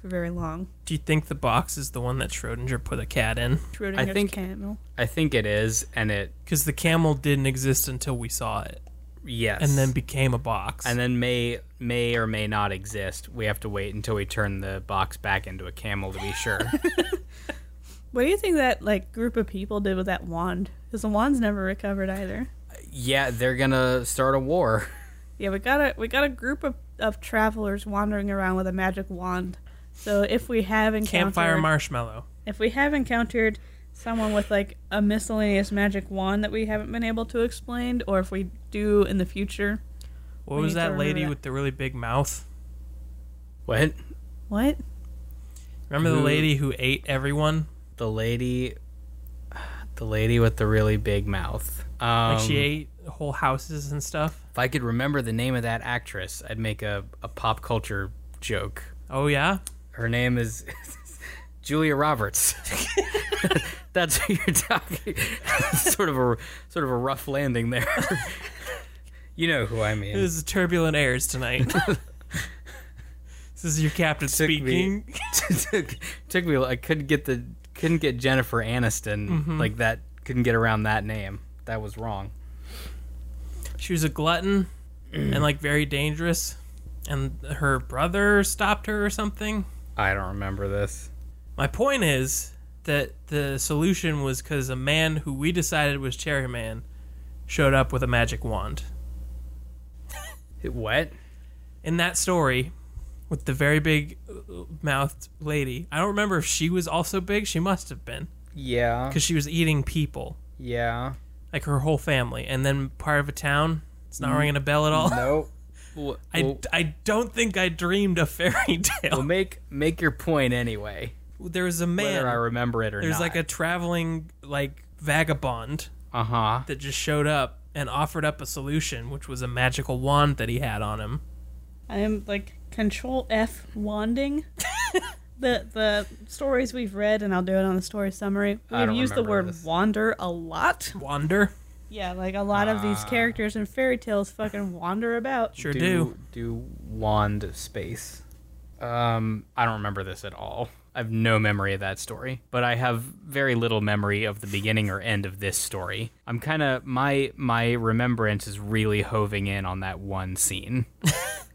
[SPEAKER 3] for very long.
[SPEAKER 5] Do you think the box is the one that Schrodinger put a cat in?
[SPEAKER 3] Schrodinger's
[SPEAKER 4] think-
[SPEAKER 3] camel.
[SPEAKER 4] I think it is and it
[SPEAKER 5] Because the camel didn't exist until we saw it
[SPEAKER 4] yes.
[SPEAKER 5] and then became a box.
[SPEAKER 4] and then may may or may not exist. We have to wait until we turn the box back into a camel to be sure.
[SPEAKER 3] What do you think that like group of people did with that wand? Because the wand's never recovered either.
[SPEAKER 4] yeah, they're gonna start a war.
[SPEAKER 3] Yeah, we got a we got a group of, of travelers wandering around with a magic wand. So if we have encountered
[SPEAKER 5] Campfire marshmallow.
[SPEAKER 3] if we have encountered someone with like a miscellaneous magic wand that we haven't been able to explain, or if we do in the future,
[SPEAKER 5] What
[SPEAKER 3] We
[SPEAKER 5] was
[SPEAKER 3] need to
[SPEAKER 5] that
[SPEAKER 3] remember
[SPEAKER 5] lady
[SPEAKER 3] that.
[SPEAKER 5] with the really big mouth?
[SPEAKER 4] What?
[SPEAKER 3] what?
[SPEAKER 5] Remember the
[SPEAKER 4] Who-
[SPEAKER 5] lady who ate everyone?
[SPEAKER 4] The lady the lady with the really big mouth. Um,
[SPEAKER 5] Like she ate whole houses and stuff.
[SPEAKER 4] if I could remember the name of that actress, I'd make a, a pop culture joke.
[SPEAKER 5] Oh yeah,
[SPEAKER 4] Her name is Julia Roberts. That's who you're talking. sort of a sort of a rough landing there. you know who I mean.
[SPEAKER 5] it was the turbulent airs tonight. this is your captain
[SPEAKER 4] Took me-
[SPEAKER 5] speaking.
[SPEAKER 4] took, took me. I couldn't get the couldn't get Jennifer Aniston
[SPEAKER 5] Mm-hmm.
[SPEAKER 4] like that. Couldn't get around that name. That was wrong.
[SPEAKER 5] She was a glutton and like very dangerous, and her brother stopped her or something.
[SPEAKER 4] I don't remember this.
[SPEAKER 5] My point is that the solution was because a man who we decided was Cherry Man showed up with a magic wand.
[SPEAKER 4] It- What?
[SPEAKER 5] in that story with the very big uh, mouthed lady. I don't remember if she was also big. She must have been
[SPEAKER 4] Yeah.
[SPEAKER 5] because she was eating people,
[SPEAKER 4] Yeah.
[SPEAKER 5] like her whole family, and then part of a town. It's not ringing a bell at all.
[SPEAKER 4] Mm. No. Well,
[SPEAKER 5] I,
[SPEAKER 4] well,
[SPEAKER 5] I don't think I dreamed a fairy
[SPEAKER 4] well,
[SPEAKER 5] tale.
[SPEAKER 4] make make your point anyway,
[SPEAKER 5] There was a
[SPEAKER 4] whether I
[SPEAKER 5] man.
[SPEAKER 4] remember it or
[SPEAKER 5] There's
[SPEAKER 4] not.
[SPEAKER 5] like a traveling like vagabond
[SPEAKER 4] a uh huh.
[SPEAKER 5] that just showed up and offered up a solution, which was a magical wand that he had on him.
[SPEAKER 3] I am like control F wanding. the the stories we've read, and I'll do it on the story summary.
[SPEAKER 4] I
[SPEAKER 3] We've
[SPEAKER 4] don't
[SPEAKER 3] used the
[SPEAKER 4] remember
[SPEAKER 3] word
[SPEAKER 4] this.
[SPEAKER 3] wander a lot.
[SPEAKER 5] Wander
[SPEAKER 3] Yeah, like a lot of
[SPEAKER 4] Ah.
[SPEAKER 3] these characters in fairy tales fucking wander about.
[SPEAKER 5] sure
[SPEAKER 4] do,
[SPEAKER 5] do.
[SPEAKER 4] do wand space. Um, I don't remember this at all. I have no memory of that story, but I have very little memory of the beginning or end of this story. I'm kind of my my remembrance is really hoving in on that one scene.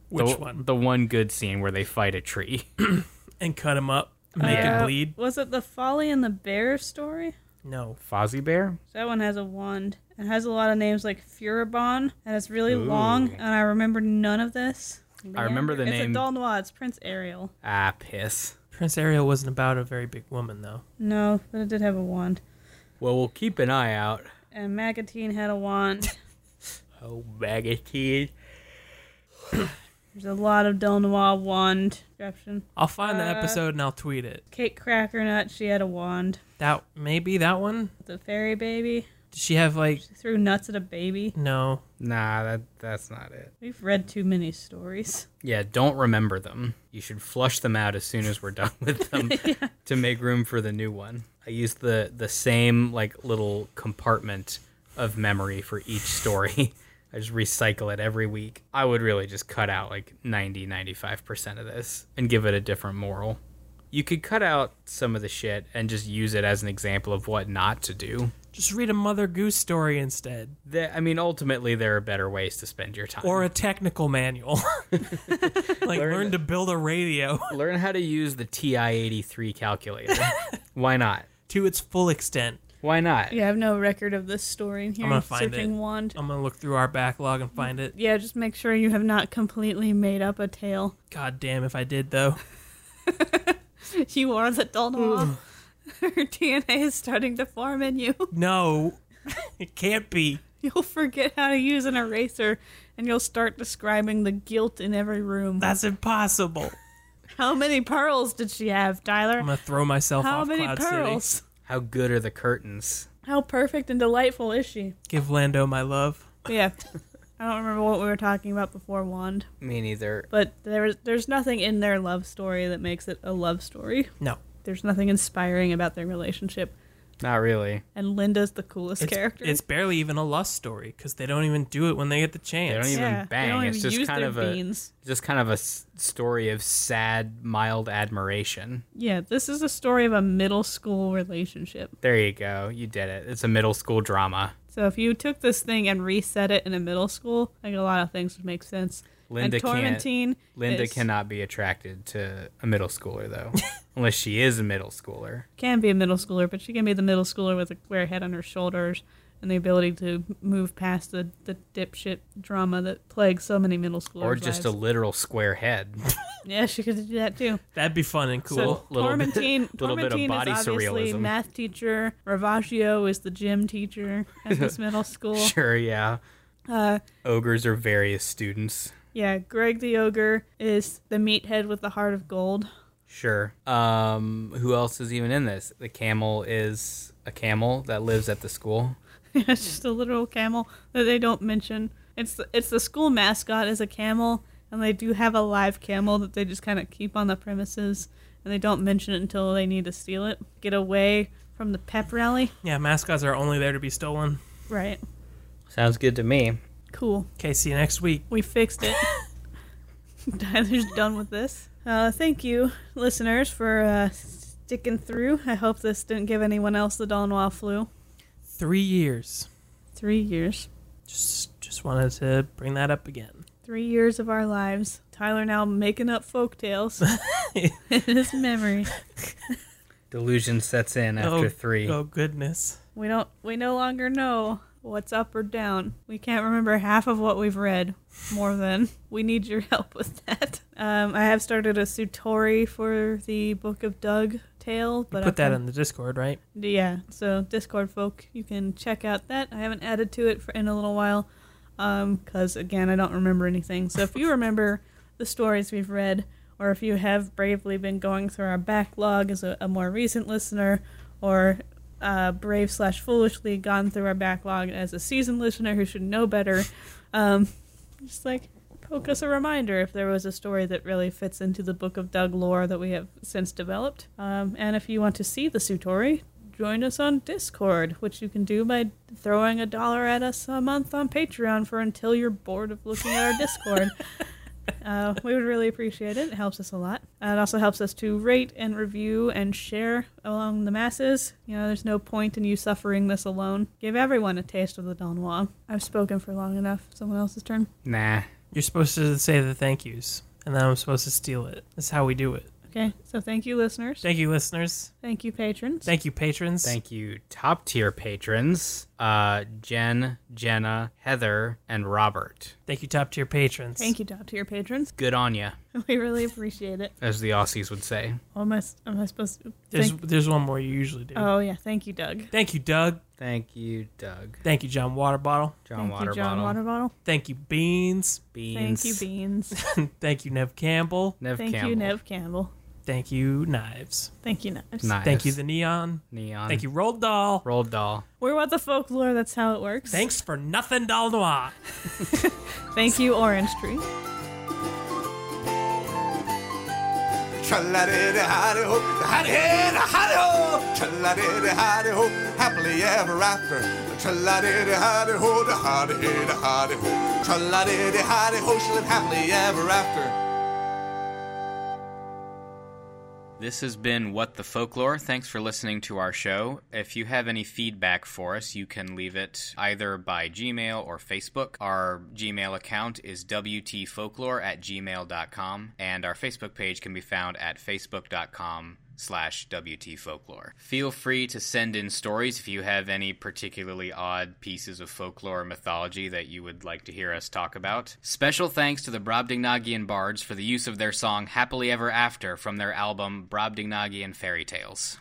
[SPEAKER 5] Which
[SPEAKER 4] the,
[SPEAKER 5] one?
[SPEAKER 4] The one good scene where they fight a tree.
[SPEAKER 5] And cut him up, make
[SPEAKER 3] Uh,
[SPEAKER 5] him bleed.
[SPEAKER 3] Was it the Folly and the Bear story?
[SPEAKER 5] No.
[SPEAKER 4] Fozzie Bear?
[SPEAKER 3] So that one has a wand. It has a lot of names like Furibon, and it's really
[SPEAKER 4] Ooh.
[SPEAKER 3] long, and I remember none of this.
[SPEAKER 4] I remember the
[SPEAKER 3] it's
[SPEAKER 4] name.
[SPEAKER 3] It's a Dalnois. It's Prince Ariel.
[SPEAKER 4] Ah, piss.
[SPEAKER 5] Prince Ariel wasn't about a very big woman, though.
[SPEAKER 3] No, but it did have a wand.
[SPEAKER 4] Well, we'll keep an eye out.
[SPEAKER 3] And Magatine had a wand.
[SPEAKER 4] Oh, magotine.
[SPEAKER 3] There's a lot of Dalnois wand description.
[SPEAKER 5] I'll find the episode and I'll tweet it.
[SPEAKER 3] Kate Crackernut, she had a wand.
[SPEAKER 5] That maybe that one.
[SPEAKER 3] The fairy baby
[SPEAKER 5] Did she have like
[SPEAKER 3] she threw nuts at a baby.
[SPEAKER 5] no?
[SPEAKER 4] Nah, that that's not it.
[SPEAKER 3] We've read too many stories.
[SPEAKER 4] Yeah, don't remember them. You should flush them out as soon as we're done with them to make room for the new one. I used the the same like little compartment of memory for each story. I just recycle it every week. I would really just cut out like 90 95% of this and give it a different moral. You could cut out some of the shit and just use it as an example of what not to do.
[SPEAKER 5] Just read a Mother Goose story instead,
[SPEAKER 4] The, I mean, ultimately, there are better ways to spend your time.
[SPEAKER 5] or a technical manual. like learn, to build a radio
[SPEAKER 4] Learn how to use the TI 83 calculator. Why not?
[SPEAKER 5] to its full extent.
[SPEAKER 4] Why not?
[SPEAKER 3] Yeah, I have no record of this story in here.
[SPEAKER 5] I'm gonna find
[SPEAKER 3] Searching
[SPEAKER 5] it.
[SPEAKER 3] wand.
[SPEAKER 5] I'm gonna look through our backlog and find it.
[SPEAKER 3] Yeah, just make sure you have not completely made up a tale.
[SPEAKER 5] God damn if I did though.
[SPEAKER 3] You are the Dalnois. Her DNA is starting to form in you.
[SPEAKER 5] No, it can't be.
[SPEAKER 3] You'll forget how to use an eraser and you'll start describing the guilt in every room.
[SPEAKER 5] That's impossible.
[SPEAKER 3] How many pearls did she have, Tyler?
[SPEAKER 5] I'm gonna throw myself
[SPEAKER 3] How
[SPEAKER 5] off
[SPEAKER 3] many
[SPEAKER 5] Cloud
[SPEAKER 3] pearls?
[SPEAKER 5] City.
[SPEAKER 4] How good are the curtains?
[SPEAKER 3] How perfect and delightful is she?
[SPEAKER 5] Give Lando my love.
[SPEAKER 3] Yeah. I don't remember what we were talking about before Wand,
[SPEAKER 4] Me neither.
[SPEAKER 3] but there's there's nothing in their love story that makes it a love story.
[SPEAKER 5] No,
[SPEAKER 3] There's nothing inspiring about their relationship,
[SPEAKER 4] Not really.
[SPEAKER 3] and Linda's the coolest
[SPEAKER 5] it's,
[SPEAKER 3] character.
[SPEAKER 5] it's barely even a lust story because they don't even do it when they get the chance.
[SPEAKER 4] They don't even
[SPEAKER 3] yeah,
[SPEAKER 4] bang.
[SPEAKER 3] They don't
[SPEAKER 4] it's
[SPEAKER 3] even
[SPEAKER 4] just
[SPEAKER 3] use
[SPEAKER 4] kind
[SPEAKER 3] their
[SPEAKER 4] of
[SPEAKER 3] beans.
[SPEAKER 4] a just kind of a s- story of sad, mild admiration.
[SPEAKER 3] Yeah, this is a story of a middle school relationship.
[SPEAKER 4] There you go. You did it. It's a middle school drama.
[SPEAKER 3] So if you took this thing and reset it in a middle school, like a lot of things would make sense.
[SPEAKER 4] Linda
[SPEAKER 3] and
[SPEAKER 4] can't-
[SPEAKER 3] Tormentine
[SPEAKER 4] Linda
[SPEAKER 3] is-
[SPEAKER 4] cannot be attracted to a middle schooler though, unless she is a middle schooler.
[SPEAKER 3] can be a middle schooler, but she can be the middle schooler with a square head on her shoulders and the ability to move past the, the dipshit drama that plagues so many middle schoolers.
[SPEAKER 4] Or just a
[SPEAKER 3] lives.
[SPEAKER 4] literal square head.
[SPEAKER 3] yeah, she could do that too.
[SPEAKER 5] That'd be fun and cool.
[SPEAKER 3] So
[SPEAKER 4] Little bit-
[SPEAKER 3] Tormentine,
[SPEAKER 4] little bit of
[SPEAKER 3] Tormentine
[SPEAKER 4] body
[SPEAKER 3] is obviously
[SPEAKER 4] surrealism.
[SPEAKER 3] math teacher. Ravaggio is the gym teacher at this middle school.
[SPEAKER 4] sure, yeah. Ogres are various students.
[SPEAKER 3] Yeah, Greg the ogre is the meathead with the heart of gold.
[SPEAKER 4] Sure. Um, who else is even in this? The camel is a camel that lives at the school.
[SPEAKER 3] it's just a literal camel that they don't mention. It's the, it's the school mascot is a camel, and they do have a live camel that they just kind of keep on the premises, and they don't mention it until they need to steal it, get away from the pep rally.
[SPEAKER 5] yeah, mascots are only there to be stolen.
[SPEAKER 3] Right.
[SPEAKER 4] Sounds good to me.
[SPEAKER 3] Cool.
[SPEAKER 5] Okay, see you next week.
[SPEAKER 3] We fixed it. Tyler's done with this. Uh, thank you, listeners, for uh, sticking through. I hope this didn't give anyone else the Dalnois flu.
[SPEAKER 5] Three years.
[SPEAKER 3] Three years.
[SPEAKER 5] Just, just wanted to bring that up again.
[SPEAKER 3] Three years of our lives. Tyler now making up folk tales in his memory.
[SPEAKER 4] Delusion sets in after
[SPEAKER 5] oh,
[SPEAKER 4] three.
[SPEAKER 5] Oh goodness.
[SPEAKER 3] We don't. We no longer know what's up or down. We can't remember half of what we've read. More than we need your help with that. Um, I have started a sutori for the Book of Doug tale, but
[SPEAKER 5] Put
[SPEAKER 3] I've
[SPEAKER 5] that in the Discord, right?
[SPEAKER 3] Yeah, so Discord folk, you can check out that. I haven't added to it for in a little while, because again, I don't remember anything. So if you remember the stories we've read, or if you have bravely been going through our backlog as a, a more recent listener, or uh, brave slash foolishly gone through our backlog as a seasoned listener who should know better, um, just like poke us a reminder if there was a story that really fits into the Book of Doug lore that we have since developed. Um, and if you want to see the Sutori, join us on Discord, which you can do by throwing a dollar at us a month on Patreon for until you're bored of looking at our Discord. Uh, we would really appreciate it. It helps us a lot. Uh, it also helps us to rate and review and share among the masses. You know, there's no point in you suffering this alone. Give everyone a taste of the Don Juan. I've spoken for long enough. Someone else's turn.
[SPEAKER 4] Nah.
[SPEAKER 5] You're supposed to say the thank yous, and then I'm supposed to steal it. That's how we do it.
[SPEAKER 3] Okay, Okay, so thank you, listeners.
[SPEAKER 5] Thank you, listeners.
[SPEAKER 3] Thank you, patrons.
[SPEAKER 5] Thank you, patrons.
[SPEAKER 6] Thank you, top tier patrons uh, Jen, Jenna, Heather, and Robert.
[SPEAKER 5] Thank you, top tier patrons.
[SPEAKER 3] Thank you, top tier patrons.
[SPEAKER 6] Good on ya,
[SPEAKER 3] We really appreciate it.
[SPEAKER 6] as the Aussies would say.
[SPEAKER 3] Almost, am I supposed to?
[SPEAKER 5] There's
[SPEAKER 3] thank-
[SPEAKER 5] there's one more you usually do.
[SPEAKER 3] oh yeah, thank you, Doug.
[SPEAKER 5] Thank you, Doug.
[SPEAKER 6] Thank you, Doug.
[SPEAKER 5] Thank you, John Waterbottle.
[SPEAKER 6] John
[SPEAKER 3] thank you,
[SPEAKER 6] Waterbottle.
[SPEAKER 3] John Waterbottle.
[SPEAKER 5] Thank you, Beans.
[SPEAKER 6] Beans.
[SPEAKER 3] Thank you, Beans.
[SPEAKER 5] Thank you, Nev Campbell.
[SPEAKER 6] Nev
[SPEAKER 3] thank
[SPEAKER 6] Campbell.
[SPEAKER 3] you, Nev Campbell.
[SPEAKER 5] Thank you, Knives.
[SPEAKER 3] Thank you, Knives.
[SPEAKER 6] Knives.
[SPEAKER 5] Thank you, The Neon.
[SPEAKER 6] Neon.
[SPEAKER 5] Thank you, Roll Doll.
[SPEAKER 6] Roll Doll.
[SPEAKER 3] We're what the folklore. That's how it works.
[SPEAKER 5] Thanks for nothing, Doll Noir.
[SPEAKER 3] Thank you, Orange Tree.
[SPEAKER 2] Tra-la-di-di-hi-di-ho, hi-di-hi-di-hi-di-ho. Tra-la-di-di-hi-di-ho, happily ever after. Tra-la-di-di-hi-di-ho, da-hi-di-hi-di-ho. Tra-la-di-di-hi-di-ho, she lived happily ever after.
[SPEAKER 4] This has been What the Folklore. Thanks for listening to our show. If you have any feedback for us, you can leave it either by Gmail or Facebook. Our Gmail account is WTFolklore at gmail.com, and our Facebook page can be found at facebook.com slash WT Folklore. Feel free to send in stories if you have any particularly odd pieces of folklore or mythology that you would like to hear us talk about. Special thanks to the Brobdingnagian bards for the use of their song Happily Ever After from their album Brobdingnagian Fairy Tales.